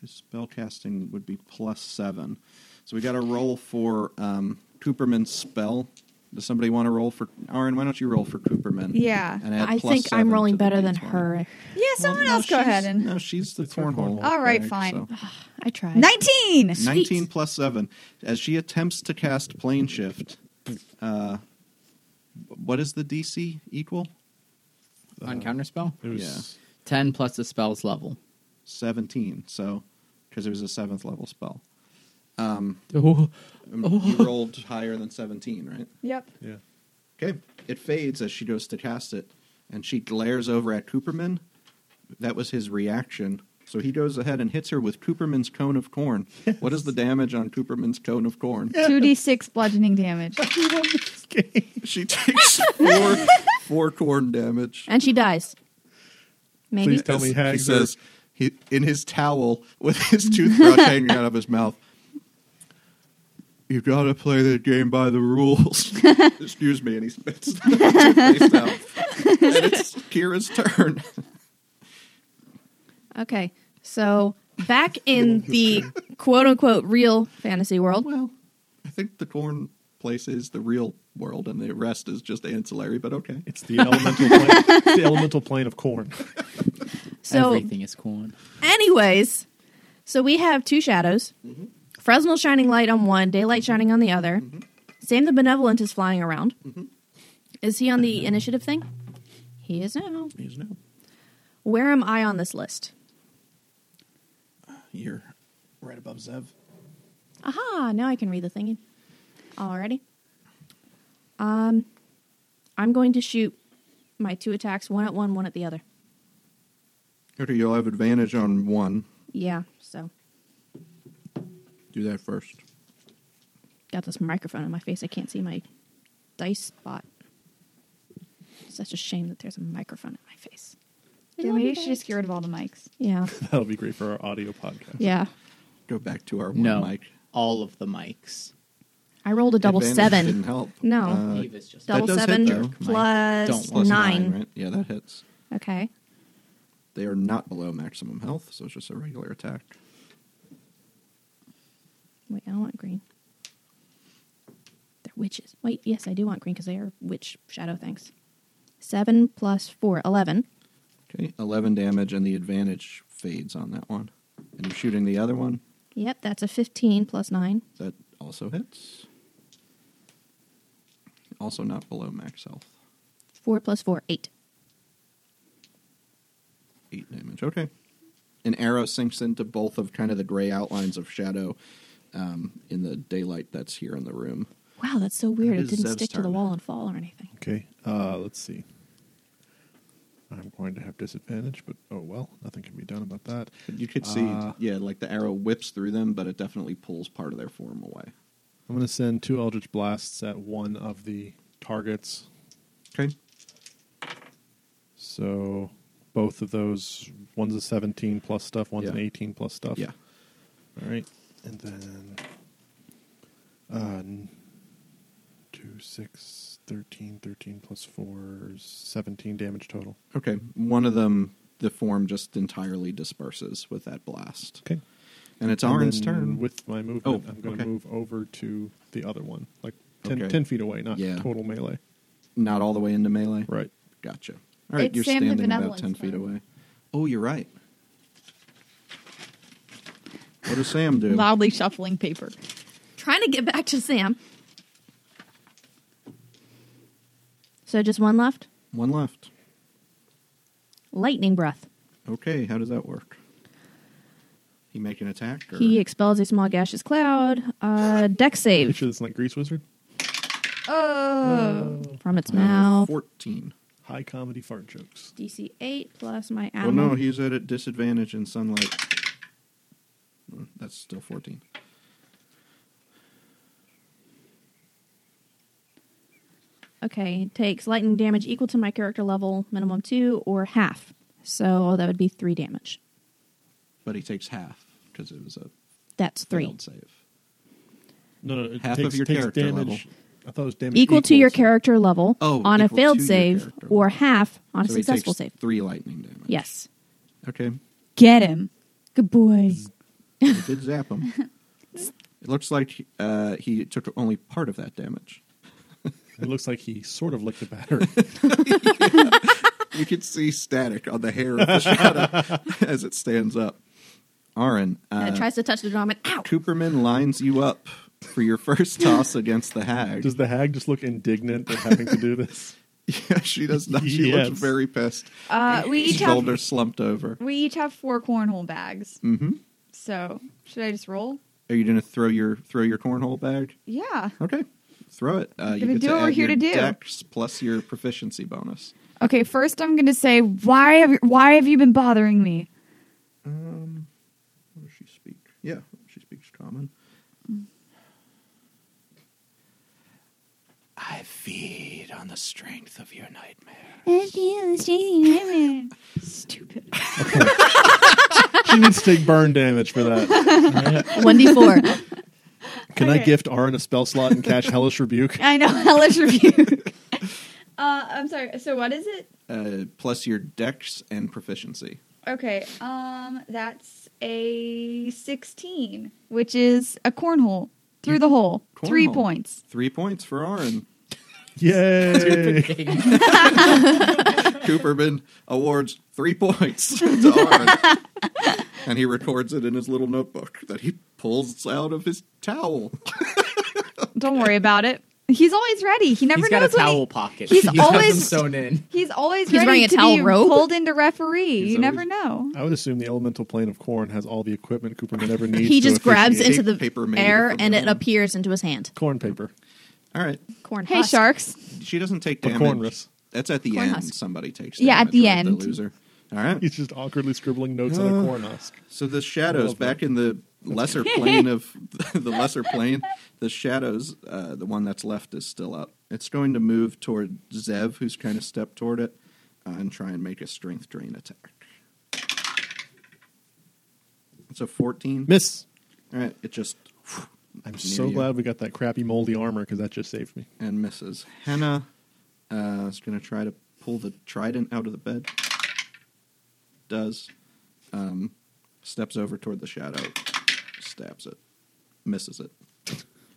[SPEAKER 2] his spell casting would be plus seven. So we got to roll for um, Cooperman's spell. Does somebody want to roll for Aaron? Why don't you roll for Cooperman?
[SPEAKER 4] Yeah.
[SPEAKER 2] and add
[SPEAKER 1] I
[SPEAKER 2] plus
[SPEAKER 1] think
[SPEAKER 2] seven
[SPEAKER 1] I'm rolling
[SPEAKER 2] to the
[SPEAKER 1] better than
[SPEAKER 2] D20.
[SPEAKER 1] her.
[SPEAKER 4] Yeah, someone
[SPEAKER 2] No,
[SPEAKER 4] else go ahead
[SPEAKER 2] she's-
[SPEAKER 4] and
[SPEAKER 2] no, she's the
[SPEAKER 3] It's her
[SPEAKER 2] cornhole.
[SPEAKER 3] cornhole.
[SPEAKER 4] All right,
[SPEAKER 2] bag,
[SPEAKER 4] fine.
[SPEAKER 2] so-
[SPEAKER 1] I tried.
[SPEAKER 4] 19.
[SPEAKER 2] 19 plus 7. As she attempts to cast plane shift, uh, what is the DC equal?
[SPEAKER 5] On counterspell?
[SPEAKER 3] It was
[SPEAKER 2] Yeah.
[SPEAKER 5] 10 plus the spell's level.
[SPEAKER 2] 17. So because it was a seventh level spell.
[SPEAKER 5] Oh,
[SPEAKER 2] Um, You rolled higher than 17, right?
[SPEAKER 4] Yep.
[SPEAKER 3] Yeah.
[SPEAKER 2] Okay. It fades as she goes to cast it, and she glares over at Cooperman. That was his reaction. So he goes ahead and hits her with Cooperman's cone of corn. What is the damage on Cooperman's cone of corn?
[SPEAKER 4] 2d6 bludgeoning damage.
[SPEAKER 2] She takes four, four corn damage.
[SPEAKER 1] And she dies. Maybe.
[SPEAKER 3] Please tell me
[SPEAKER 2] He
[SPEAKER 3] hags are
[SPEAKER 2] says he in his towel with his toothbrush hanging out of his mouth. You gotta play the game by the rules. Excuse me, and he spits the toothpaste out. And it's Kira's turn.
[SPEAKER 1] Okay. So back in the quote unquote real fantasy world.
[SPEAKER 2] Well, I think the corn place is the real world, and the rest is just ancillary. But okay,
[SPEAKER 3] it's the elemental plane, it's the elemental plane of corn.
[SPEAKER 1] So
[SPEAKER 5] everything is corn.
[SPEAKER 1] Anyways, so we have two shadows Fresnel shining light on one, daylight shining on the other. Sam the Benevolent is flying around. Is he on the initiative thing? He is now.
[SPEAKER 2] he's no.
[SPEAKER 1] Where am I on this list?
[SPEAKER 2] You're right above Zev.
[SPEAKER 1] Aha, now I can read the thingy. Alrighty. Um, I'm going to shoot my two attacks, one at one, one at the other.
[SPEAKER 2] Okay, you'll have advantage on one.
[SPEAKER 1] Yeah, so
[SPEAKER 2] Do that first.
[SPEAKER 1] got this microphone in my face. I can't see my dice spot. Such a shame that there's a microphone in my face.
[SPEAKER 4] yeah, maybe you should just get rid of all the mics.
[SPEAKER 1] Yeah,
[SPEAKER 3] That'll be great for our audio podcast.
[SPEAKER 1] yeah.
[SPEAKER 2] Go back to our one
[SPEAKER 5] No,
[SPEAKER 2] mic.
[SPEAKER 5] all of the mics.
[SPEAKER 1] I rolled a double
[SPEAKER 2] Advantage
[SPEAKER 1] seven.
[SPEAKER 2] Didn't help. Uh,
[SPEAKER 1] No.
[SPEAKER 4] Uh,
[SPEAKER 5] Eve is just
[SPEAKER 1] Double
[SPEAKER 2] does hit,
[SPEAKER 1] seven
[SPEAKER 2] though.
[SPEAKER 1] plus
[SPEAKER 5] Don't.
[SPEAKER 2] Oh, Plus
[SPEAKER 1] nine.
[SPEAKER 2] right? Yeah, that hits.
[SPEAKER 1] Okay.
[SPEAKER 2] They are not below maximum health, so it's just a regular attack.
[SPEAKER 1] Wait, I don't want green. They're witches. Wait, yes, I do want green because they are witch shadow things. Seven plus four, eleven.
[SPEAKER 2] Okay, 11 damage, and the advantage fades on that one. And you're shooting the other one.
[SPEAKER 1] Yep, that's a fifteen plus nine.
[SPEAKER 2] That also hits. Also not below max health.
[SPEAKER 1] Four plus four, eight.
[SPEAKER 2] Eight damage. Okay. An arrow sinks into both of kind of the gray outlines of shadow um, in the daylight that's here in the room.
[SPEAKER 1] Wow, that's so weird.
[SPEAKER 2] It
[SPEAKER 1] It,
[SPEAKER 2] is
[SPEAKER 1] didn't
[SPEAKER 2] Zev's
[SPEAKER 1] stick to
[SPEAKER 2] turn.
[SPEAKER 1] the wall and fall or anything.
[SPEAKER 3] Okay, uh, let's see. I'm going to have disadvantage, but oh well, nothing can be done about that.
[SPEAKER 2] You could see,
[SPEAKER 3] Uh,
[SPEAKER 2] yeah, like the arrow whips through them, but it definitely pulls part of their form away.
[SPEAKER 3] I'm going to send two Eldritch Blasts at one of the targets.
[SPEAKER 2] Okay.
[SPEAKER 3] So both of those, one's a 17 plus stuff, one's
[SPEAKER 2] Yeah.
[SPEAKER 3] an 18 plus stuff.
[SPEAKER 2] Yeah.
[SPEAKER 3] All right. And then uh, n- 2, 6, 13, 13 plus 4, 17 damage total.
[SPEAKER 2] Okay. One of them, the form just entirely disperses with that blast.
[SPEAKER 3] Okay.
[SPEAKER 2] And it's
[SPEAKER 3] And
[SPEAKER 2] Arn's
[SPEAKER 3] then
[SPEAKER 2] turn.
[SPEAKER 3] With my movement,
[SPEAKER 2] Oh,
[SPEAKER 3] I'm going to
[SPEAKER 2] okay.
[SPEAKER 3] move over to the other one, like 10,
[SPEAKER 2] Okay.
[SPEAKER 3] 10 feet away, not
[SPEAKER 2] Yeah.
[SPEAKER 3] total melee.
[SPEAKER 2] Not all the way into melee.
[SPEAKER 3] Right.
[SPEAKER 2] Gotcha. All right.
[SPEAKER 4] It's
[SPEAKER 2] you're
[SPEAKER 4] Sam the
[SPEAKER 2] standing about
[SPEAKER 4] Benevolent's
[SPEAKER 2] 10 feet
[SPEAKER 4] turn.
[SPEAKER 2] away. Oh, you're right. What does Sam do?
[SPEAKER 4] Loudly shuffling paper.
[SPEAKER 1] Trying to get back to Sam. So just one left.
[SPEAKER 2] One left.
[SPEAKER 1] Lightning breath.
[SPEAKER 2] Okay. How does that work? He make an attack? Or?
[SPEAKER 1] He expels a small gaseous cloud. Uh, deck
[SPEAKER 3] Which
[SPEAKER 1] save
[SPEAKER 3] is like Grease Wizard.
[SPEAKER 4] Oh.
[SPEAKER 1] from its
[SPEAKER 2] Uh,
[SPEAKER 1] mouth.
[SPEAKER 2] 14.
[SPEAKER 3] High comedy fart jokes.
[SPEAKER 1] DC eight plus my
[SPEAKER 2] Well,
[SPEAKER 1] animal.
[SPEAKER 2] Oh, no, he's at a disadvantage in sunlight. Mm, That's still 14.
[SPEAKER 1] Okay, it takes lightning damage equal to my character level, minimum two or half. So that would be three damage.
[SPEAKER 2] But he takes half because it was a
[SPEAKER 1] That's three.
[SPEAKER 2] failed save.
[SPEAKER 3] No, no, it
[SPEAKER 2] Half
[SPEAKER 3] takes,
[SPEAKER 2] of your
[SPEAKER 3] takes
[SPEAKER 2] character
[SPEAKER 3] damage.
[SPEAKER 2] level.
[SPEAKER 3] I thought it was damage
[SPEAKER 1] Equal to your
[SPEAKER 3] equals.
[SPEAKER 1] character level
[SPEAKER 2] Oh,
[SPEAKER 1] on a
[SPEAKER 2] equal
[SPEAKER 1] failed
[SPEAKER 2] to your
[SPEAKER 1] save
[SPEAKER 2] character
[SPEAKER 1] or
[SPEAKER 2] level.
[SPEAKER 1] half on a
[SPEAKER 2] So he
[SPEAKER 1] successful
[SPEAKER 2] takes
[SPEAKER 1] save.
[SPEAKER 2] Three lightning damage.
[SPEAKER 1] Yes.
[SPEAKER 2] Okay.
[SPEAKER 4] Get him. Good boy.
[SPEAKER 2] It did zap him. it looks like uh, he took only part of that damage.
[SPEAKER 3] It looks like he sort of licked the battery.
[SPEAKER 2] You can see static on the hair of the shadow as it stands up. Arin,
[SPEAKER 1] And
[SPEAKER 2] uh,
[SPEAKER 1] it tries to touch the drum and ow!
[SPEAKER 2] Cooperman lines you up for your first toss against the hag.
[SPEAKER 3] Does the hag just look indignant at having to do this?
[SPEAKER 2] yeah, she does not. She
[SPEAKER 3] Yes.
[SPEAKER 2] looks very pissed.
[SPEAKER 4] Uh, we each have
[SPEAKER 2] Shoulder slumped over.
[SPEAKER 4] we each have four cornhole bags.
[SPEAKER 2] hmm
[SPEAKER 4] So should I just roll?
[SPEAKER 2] Are you gonna throw your throw your cornhole bag?
[SPEAKER 4] Yeah.
[SPEAKER 2] Okay, throw it. Uh, you
[SPEAKER 4] Gonna
[SPEAKER 2] get
[SPEAKER 4] do what
[SPEAKER 2] add
[SPEAKER 4] we're here
[SPEAKER 2] your
[SPEAKER 4] to do.
[SPEAKER 2] Dex plus your proficiency bonus.
[SPEAKER 4] Okay. First, I'm gonna say why have you, why have you been bothering me?
[SPEAKER 2] What does she speak? Yeah, she speaks common. I feed on the strength of your nightmare.
[SPEAKER 4] Stupid.
[SPEAKER 3] She needs to take burn damage for that.
[SPEAKER 1] 1d4.
[SPEAKER 3] Can I
[SPEAKER 4] Okay.
[SPEAKER 3] gift Arin a spell slot and catch Hellish Rebuke?
[SPEAKER 4] I know. Hellish rebuke. uh, I'm sorry. So what is it?
[SPEAKER 2] Uh, plus your dex and proficiency.
[SPEAKER 4] Okay. Um, that's a 16, which is a cornhole through the hole. Three
[SPEAKER 2] Cornhole.
[SPEAKER 4] points.
[SPEAKER 2] Three points for Aaron.
[SPEAKER 3] Yay!
[SPEAKER 2] Cooperman awards three points to Aaron. and he records it in his little notebook that he pulls out of his towel.
[SPEAKER 4] Don't worry about it. He's always ready. He never
[SPEAKER 5] He's
[SPEAKER 4] knows
[SPEAKER 5] got a
[SPEAKER 4] when he-
[SPEAKER 5] towel pocket.
[SPEAKER 4] he's
[SPEAKER 5] He has them
[SPEAKER 4] always-
[SPEAKER 5] sewn in.
[SPEAKER 4] He's always
[SPEAKER 1] He's
[SPEAKER 4] ready
[SPEAKER 1] wearing a
[SPEAKER 4] to
[SPEAKER 1] towel
[SPEAKER 4] be
[SPEAKER 1] robe?
[SPEAKER 4] pulled into referee.
[SPEAKER 2] He's
[SPEAKER 4] you never
[SPEAKER 2] always-
[SPEAKER 4] know.
[SPEAKER 3] I would assume the elemental plane of corn has all the equipment Cooperman ever needs.
[SPEAKER 1] he
[SPEAKER 3] to
[SPEAKER 1] just grabs
[SPEAKER 3] appreciate
[SPEAKER 1] into the
[SPEAKER 2] Paper made
[SPEAKER 1] air
[SPEAKER 2] from
[SPEAKER 1] and it
[SPEAKER 2] them.
[SPEAKER 1] appears into his hand.
[SPEAKER 3] corn paper.
[SPEAKER 2] All right.
[SPEAKER 1] Corn
[SPEAKER 4] Hey,
[SPEAKER 1] husk.
[SPEAKER 4] sharks.
[SPEAKER 2] She doesn't take
[SPEAKER 3] But
[SPEAKER 2] damage.
[SPEAKER 3] cornless.
[SPEAKER 2] That's at the
[SPEAKER 1] Corn
[SPEAKER 2] end.
[SPEAKER 1] husk.
[SPEAKER 2] Somebody takes
[SPEAKER 4] Yeah, at
[SPEAKER 2] damage,
[SPEAKER 4] the
[SPEAKER 2] right?
[SPEAKER 4] end.
[SPEAKER 2] The loser. All right.
[SPEAKER 3] He's just awkwardly scribbling notes
[SPEAKER 1] Uh.
[SPEAKER 3] on a corn husk.
[SPEAKER 2] So the shadows
[SPEAKER 3] love
[SPEAKER 2] back in the lesser plane of the lesser plane, the shadows, uh, the one that's left is still up. It's going to move toward Zev, who's kind of stepped toward it, uh, and try and make a strength drain attack. It's a fourteen.
[SPEAKER 3] Miss.
[SPEAKER 2] All right, it just
[SPEAKER 3] I'm
[SPEAKER 2] near
[SPEAKER 3] so
[SPEAKER 2] you
[SPEAKER 3] glad we got that crappy moldy armor because that just saved me.
[SPEAKER 2] and misses. Hannah uh, is going to try to pull the trident out of the bed. Does. Um, steps over toward the shadow, stabs it, misses it.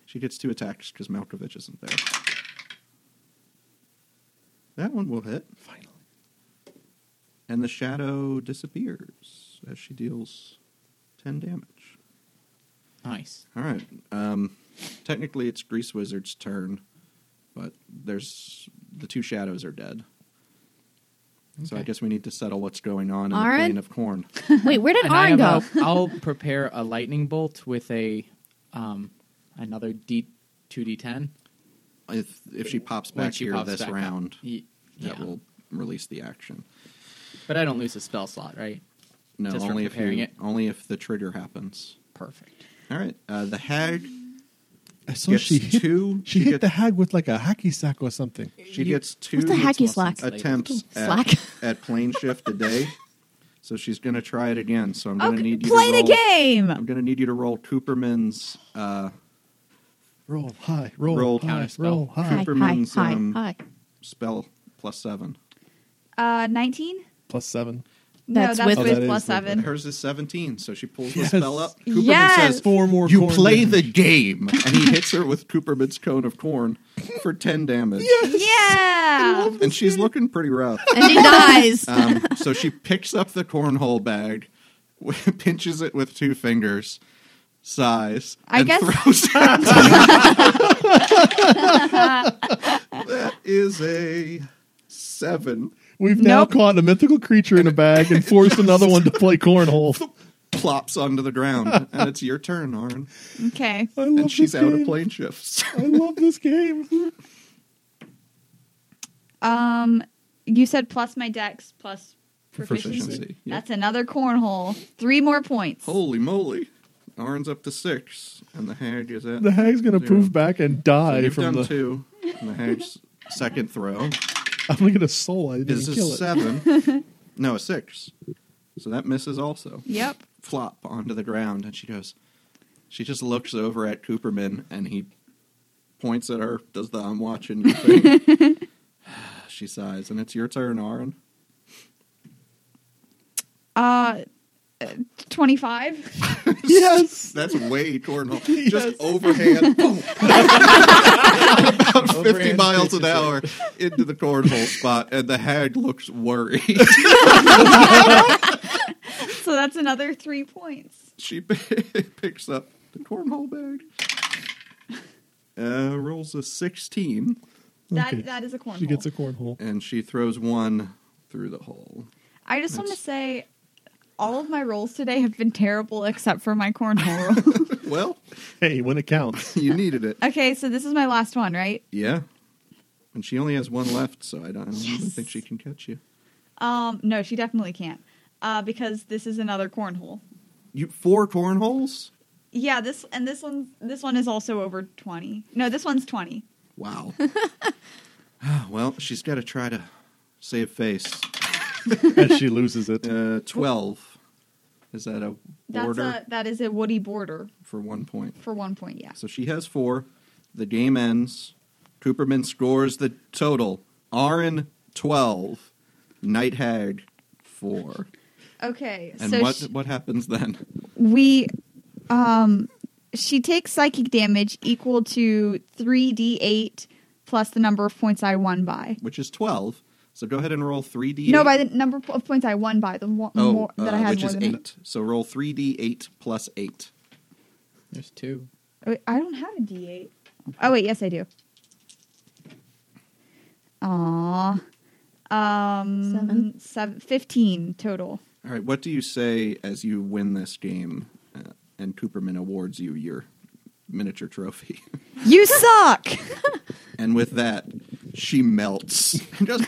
[SPEAKER 2] She gets two attacks because Malkovich isn't there. That one will hit. Finally. And the shadow disappears as she deals 10 damage.
[SPEAKER 5] Nice.
[SPEAKER 2] All right. Um, technically, it's Grease Wizard's turn, but there's the two shadows are dead. So I
[SPEAKER 5] Okay.
[SPEAKER 2] guess we need to settle what's going on in
[SPEAKER 1] Aaron?
[SPEAKER 2] the plane of corn.
[SPEAKER 1] Wait, where did
[SPEAKER 5] And I
[SPEAKER 1] Arn go?
[SPEAKER 5] have a- I'll prepare a lightning bolt with a um, another D two D ten.
[SPEAKER 2] If if she pops
[SPEAKER 5] When
[SPEAKER 2] back
[SPEAKER 5] she
[SPEAKER 2] here
[SPEAKER 5] pops
[SPEAKER 2] this
[SPEAKER 5] back up.
[SPEAKER 2] round,
[SPEAKER 5] Ye-
[SPEAKER 2] that
[SPEAKER 5] yeah.
[SPEAKER 2] will release the action.
[SPEAKER 5] But I don't lose a spell slot, right?
[SPEAKER 2] No,
[SPEAKER 5] Just for
[SPEAKER 2] only if
[SPEAKER 5] preparing
[SPEAKER 2] you,
[SPEAKER 5] it.
[SPEAKER 2] only if the trigger happens.
[SPEAKER 5] Perfect.
[SPEAKER 2] All right. Uh, the hag
[SPEAKER 3] I saw
[SPEAKER 2] Gets
[SPEAKER 3] she hit,
[SPEAKER 2] two.
[SPEAKER 3] She
[SPEAKER 2] She
[SPEAKER 3] hit
[SPEAKER 2] gets-
[SPEAKER 3] the hag with like a hacky sack or something.
[SPEAKER 2] She gets two
[SPEAKER 1] What's the hacky slack?
[SPEAKER 2] attempts at,
[SPEAKER 1] Slack.
[SPEAKER 2] at plane shift a day. So she's going to try it again. So I'm going to
[SPEAKER 4] Okay,
[SPEAKER 2] need you
[SPEAKER 4] play
[SPEAKER 2] to roll,
[SPEAKER 4] the game.
[SPEAKER 2] I'm going to need you to roll Cooperman's uh,
[SPEAKER 3] Roll high, roll,
[SPEAKER 2] Roll
[SPEAKER 3] high,
[SPEAKER 5] counterspell.
[SPEAKER 3] roll high.
[SPEAKER 1] Hi, hi,
[SPEAKER 2] Superman's,
[SPEAKER 1] hi,
[SPEAKER 2] um,
[SPEAKER 1] hi.
[SPEAKER 2] spell plus seven.
[SPEAKER 4] Uh, 19?
[SPEAKER 3] Plus seven.
[SPEAKER 4] No,
[SPEAKER 1] That's
[SPEAKER 4] that's
[SPEAKER 1] with-
[SPEAKER 4] with,
[SPEAKER 1] Oh,
[SPEAKER 3] that is
[SPEAKER 4] plus
[SPEAKER 3] with-
[SPEAKER 4] 7.
[SPEAKER 2] Hers is 17, so she pulls
[SPEAKER 3] Yes.
[SPEAKER 2] the spell up. Cooperman
[SPEAKER 4] Yes.
[SPEAKER 2] says,
[SPEAKER 3] Four more.
[SPEAKER 2] You
[SPEAKER 3] corn
[SPEAKER 2] play
[SPEAKER 3] damage.
[SPEAKER 2] the game. And he hits her with Cooperman's cone of corn for 10 damage.
[SPEAKER 4] Yeah!
[SPEAKER 2] And she's looking pretty rough.
[SPEAKER 1] And she dies.
[SPEAKER 2] Um, so she picks up the cornhole bag, pinches it with two fingers, sighs,
[SPEAKER 4] I
[SPEAKER 2] and
[SPEAKER 4] guess-
[SPEAKER 2] throws it. that is a seven.
[SPEAKER 3] We've now
[SPEAKER 4] Nope.
[SPEAKER 3] caught a mythical creature in a bag and forced another one to play cornhole.
[SPEAKER 2] Plops onto the ground, and it's your turn, Arn.
[SPEAKER 4] Okay.
[SPEAKER 3] I love
[SPEAKER 2] And she's
[SPEAKER 3] this
[SPEAKER 2] out
[SPEAKER 3] game.
[SPEAKER 2] of plane shifts.
[SPEAKER 3] I love this game.
[SPEAKER 4] Um, you said plus my dex plus proficiency.
[SPEAKER 2] Proficiency, yeah.
[SPEAKER 4] That's another cornhole. Three more points.
[SPEAKER 2] Holy moly! Arn's up to six, and the hag is at.
[SPEAKER 3] The hag's gonna
[SPEAKER 2] Zero.
[SPEAKER 3] poof back and
[SPEAKER 2] So
[SPEAKER 3] die
[SPEAKER 2] you've
[SPEAKER 3] from
[SPEAKER 2] done
[SPEAKER 3] the.
[SPEAKER 2] two. And the hag's second throw
[SPEAKER 3] I'm gonna get a soul. I didn't
[SPEAKER 2] is
[SPEAKER 3] even
[SPEAKER 2] a
[SPEAKER 3] kill it.
[SPEAKER 2] seven. no, a six. So that misses also.
[SPEAKER 4] Yep.
[SPEAKER 2] Flop onto the ground, and she goes. She just looks over at Cooperman, and he points at her. Does the "I'm watching you" thing. she sighs, and it's your turn, Arn.
[SPEAKER 4] Uh, 25?
[SPEAKER 3] Yes.
[SPEAKER 2] That's way cornhole.
[SPEAKER 3] Yes.
[SPEAKER 2] Just overhand. boom. About 50
[SPEAKER 5] Overhand
[SPEAKER 2] miles an hour into the cornhole spot, and the hag looks worried.
[SPEAKER 4] so that's another three points.
[SPEAKER 2] she p- picks up the cornhole bag, uh, rolls a 16,
[SPEAKER 4] That
[SPEAKER 3] Okay.
[SPEAKER 4] That is a cornhole.
[SPEAKER 3] She gets a cornhole.
[SPEAKER 2] and she throws one through the hole.
[SPEAKER 4] I just want to
[SPEAKER 2] That's-
[SPEAKER 4] say, all of my rolls today have been terrible except for my cornhole roll.
[SPEAKER 2] Well,
[SPEAKER 3] Hey, when it counts.
[SPEAKER 2] you needed it.
[SPEAKER 4] okay, so this is my last one, right?
[SPEAKER 2] Yeah. And she only has one left, so I don't, I don't even
[SPEAKER 4] Yes.
[SPEAKER 2] think she can catch you.
[SPEAKER 4] Um, no, she definitely can't. Uh, because this is another cornhole.
[SPEAKER 2] You four cornholes?
[SPEAKER 4] Yeah, this and this one this one is also over 20. No, this one's 20.
[SPEAKER 2] Wow. Ah, well, she's got to try to save face.
[SPEAKER 3] As she loses it.
[SPEAKER 2] Uh, Twelve. Is that a
[SPEAKER 4] That's
[SPEAKER 2] order
[SPEAKER 4] a that is a woody border
[SPEAKER 2] for one point?
[SPEAKER 4] for one point, yeah.
[SPEAKER 2] So she has four. The game ends. Cooperman scores the total. Arin twelve. Night Hag four.
[SPEAKER 4] Okay.
[SPEAKER 2] And
[SPEAKER 4] so
[SPEAKER 2] what
[SPEAKER 4] she-
[SPEAKER 2] what happens then?
[SPEAKER 4] we um she takes psychic damage equal to 3d8 plus the number of points I won by.
[SPEAKER 2] Which is twelve. So go ahead and roll three d.
[SPEAKER 4] No, by the number of points I won by the one
[SPEAKER 2] oh,
[SPEAKER 4] more that
[SPEAKER 2] uh,
[SPEAKER 4] I had
[SPEAKER 2] which
[SPEAKER 4] more
[SPEAKER 2] is
[SPEAKER 4] than
[SPEAKER 2] eight. So roll three d eight plus eight.
[SPEAKER 5] There's two.
[SPEAKER 4] Wait, I don't have a D8. Oh wait, yes I do. Aw. Um
[SPEAKER 1] Seven.
[SPEAKER 4] sev- 15 total.
[SPEAKER 2] All right, what do you say as you win this game uh, and Cooperman awards you your miniature trophy?
[SPEAKER 4] You suck.
[SPEAKER 2] and with that, she melts. Just,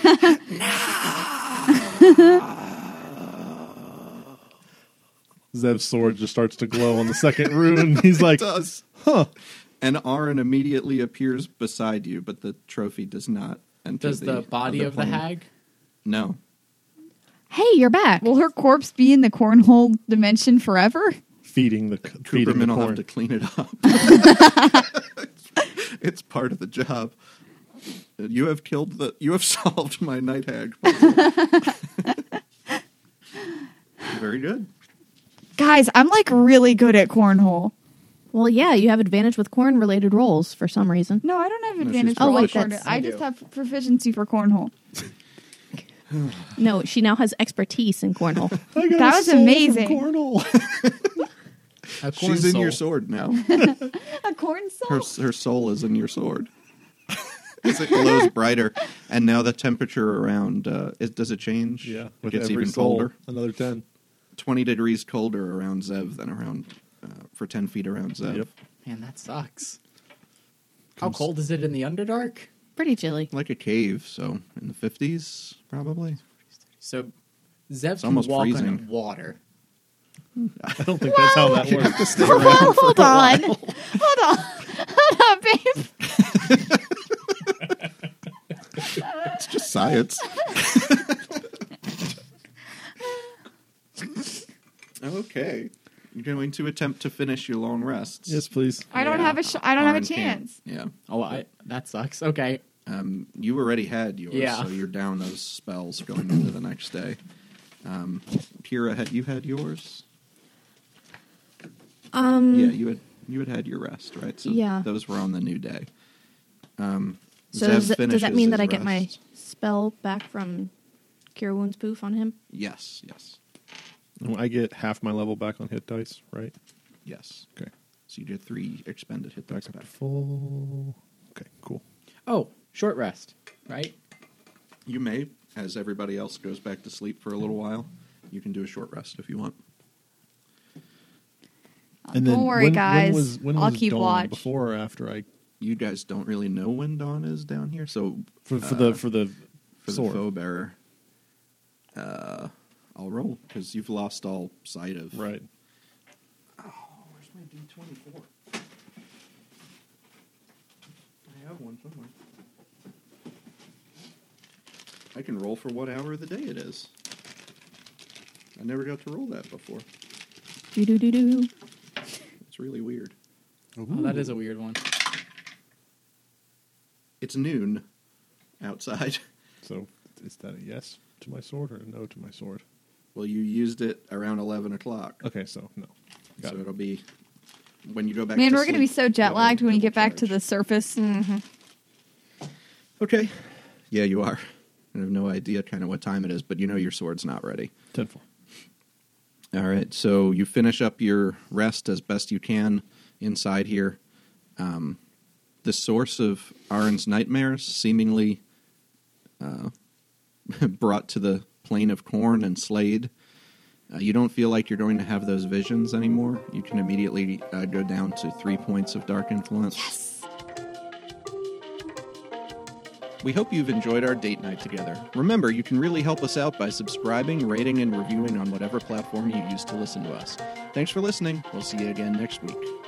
[SPEAKER 3] Zev's sword just starts to glow on the second rune. He's like,
[SPEAKER 2] does.
[SPEAKER 3] huh.
[SPEAKER 2] And Arin immediately appears beside you, but the trophy does not enter
[SPEAKER 5] Does the, body
[SPEAKER 2] other
[SPEAKER 5] of the
[SPEAKER 2] plane.
[SPEAKER 5] hag?
[SPEAKER 2] No.
[SPEAKER 1] Hey, you're back.
[SPEAKER 4] Will her corpse be in the cornhole dimension forever?
[SPEAKER 3] Feeding the feeding the
[SPEAKER 2] Cooperman will
[SPEAKER 3] corn.
[SPEAKER 2] have to clean it up. it's part of the job. You have killed the. You have solved my night hag. Very good.
[SPEAKER 4] Guys, I'm like really good at cornhole.
[SPEAKER 1] Well, yeah, you have advantage with corn related rolls for some reason.
[SPEAKER 4] No, I don't have
[SPEAKER 2] she's
[SPEAKER 4] advantage
[SPEAKER 2] Oh,
[SPEAKER 4] for
[SPEAKER 1] wait,
[SPEAKER 4] cornhole.
[SPEAKER 1] that's-
[SPEAKER 4] I just have proficiency for cornhole.
[SPEAKER 1] No, she now has expertise in cornhole.
[SPEAKER 3] I got
[SPEAKER 4] That
[SPEAKER 3] a
[SPEAKER 4] was
[SPEAKER 3] soul from
[SPEAKER 4] amazing.
[SPEAKER 3] Cornhole.
[SPEAKER 5] A corn
[SPEAKER 2] She's in your
[SPEAKER 5] soul.
[SPEAKER 2] sword now.
[SPEAKER 4] A corn soul?
[SPEAKER 2] Her her soul is in your sword. As it glows brighter, and now the temperature around uh, it does it change?
[SPEAKER 3] yeah,
[SPEAKER 2] it
[SPEAKER 3] with
[SPEAKER 2] gets
[SPEAKER 3] every
[SPEAKER 2] even
[SPEAKER 3] soul,
[SPEAKER 2] colder.
[SPEAKER 3] Another 10.
[SPEAKER 2] Twenty degrees colder around Zev than around uh, for ten feet around Zev.
[SPEAKER 3] Yep.
[SPEAKER 5] Man, that sucks. How cold is it in the Underdark?
[SPEAKER 1] Pretty chilly.
[SPEAKER 2] Like a cave, so in the fifties probably.
[SPEAKER 5] So Zev can
[SPEAKER 2] almost
[SPEAKER 5] walk
[SPEAKER 2] freezing.
[SPEAKER 5] on water.
[SPEAKER 3] I don't think that's how that works.
[SPEAKER 1] Well, hold on.
[SPEAKER 4] Hold on. Hold on, babe.
[SPEAKER 2] It's just science. okay, you're going to attempt to finish your long rests.
[SPEAKER 3] yes, please.
[SPEAKER 4] I don't
[SPEAKER 5] Yeah.
[SPEAKER 4] have a sh- I don't have a
[SPEAKER 2] Arn can't.
[SPEAKER 4] chance.
[SPEAKER 2] Yeah.
[SPEAKER 5] Oh, I, that sucks. Okay.
[SPEAKER 2] Um, you already had yours,
[SPEAKER 5] Yeah.
[SPEAKER 2] so you're down those spells going into the next day. Um, Pira, had you had yours?
[SPEAKER 1] Um,
[SPEAKER 2] Yeah, you had you had had your rest, right? So
[SPEAKER 1] Yeah.
[SPEAKER 2] those were on the new day. Um,
[SPEAKER 1] so
[SPEAKER 2] Zev
[SPEAKER 1] does, that- does
[SPEAKER 2] finishes
[SPEAKER 1] that mean that
[SPEAKER 2] his
[SPEAKER 1] I get my
[SPEAKER 2] rest.
[SPEAKER 1] spell back from Cure Wounds Poof on him?
[SPEAKER 2] yes, yes,
[SPEAKER 3] I get half my level back on hit dice, right?
[SPEAKER 2] yes?
[SPEAKER 3] Okay.
[SPEAKER 2] So you did three expended hit dice
[SPEAKER 3] Back up
[SPEAKER 2] back.
[SPEAKER 3] to full. Okay, cool.
[SPEAKER 5] Oh, short rest, right?
[SPEAKER 2] You may, as everybody else goes back to sleep for a little while, you can do a short rest if you want.
[SPEAKER 4] don't worry, guys.
[SPEAKER 3] was- when
[SPEAKER 4] I'll
[SPEAKER 3] was
[SPEAKER 4] keep
[SPEAKER 3] dawn?
[SPEAKER 4] watch.
[SPEAKER 3] Before or after I
[SPEAKER 2] You guys don't really know when dawn is down here, so
[SPEAKER 3] for, for
[SPEAKER 2] uh,
[SPEAKER 3] the for the
[SPEAKER 2] for the
[SPEAKER 3] sword.
[SPEAKER 2] foe bearer. Uh, I'll roll because you've lost all sight of.
[SPEAKER 3] right.
[SPEAKER 2] Oh, Where's my D twenty four? I have one somewhere. I can roll for what hour of the day it is. I never got to roll that before.
[SPEAKER 1] Do do do do.
[SPEAKER 2] It's really weird.
[SPEAKER 5] Oh, that is a weird one.
[SPEAKER 2] It's noon outside.
[SPEAKER 3] So is that a yes to my sword or a no to my sword?
[SPEAKER 2] Well, you used it around eleven o'clock,
[SPEAKER 3] Okay, so no. Got
[SPEAKER 2] so
[SPEAKER 3] it.
[SPEAKER 2] it'll be when you go back.
[SPEAKER 4] Man,
[SPEAKER 2] to
[SPEAKER 4] we're going to be so
[SPEAKER 2] sleep,
[SPEAKER 4] jet
[SPEAKER 2] it'll
[SPEAKER 4] lagged when you get
[SPEAKER 2] double
[SPEAKER 4] back to
[SPEAKER 2] charge.
[SPEAKER 4] the surface.
[SPEAKER 2] Okay. Yeah, you are. I have no idea kind of what time it is, but you know your sword's not ready.
[SPEAKER 3] Ten four.
[SPEAKER 2] All right, so you finish up your rest as best you can inside here. Um, the source of Aaron's nightmares seemingly uh, brought to the plane of corn and slayed. Uh, you don't feel like you're going to have those visions anymore. You can immediately uh, go down to three points of dark influence. We hope you've enjoyed our date night together. Remember, you can really help us out by subscribing, rating, and reviewing on whatever platform you use to listen to us. Thanks for listening. We'll see you again next week.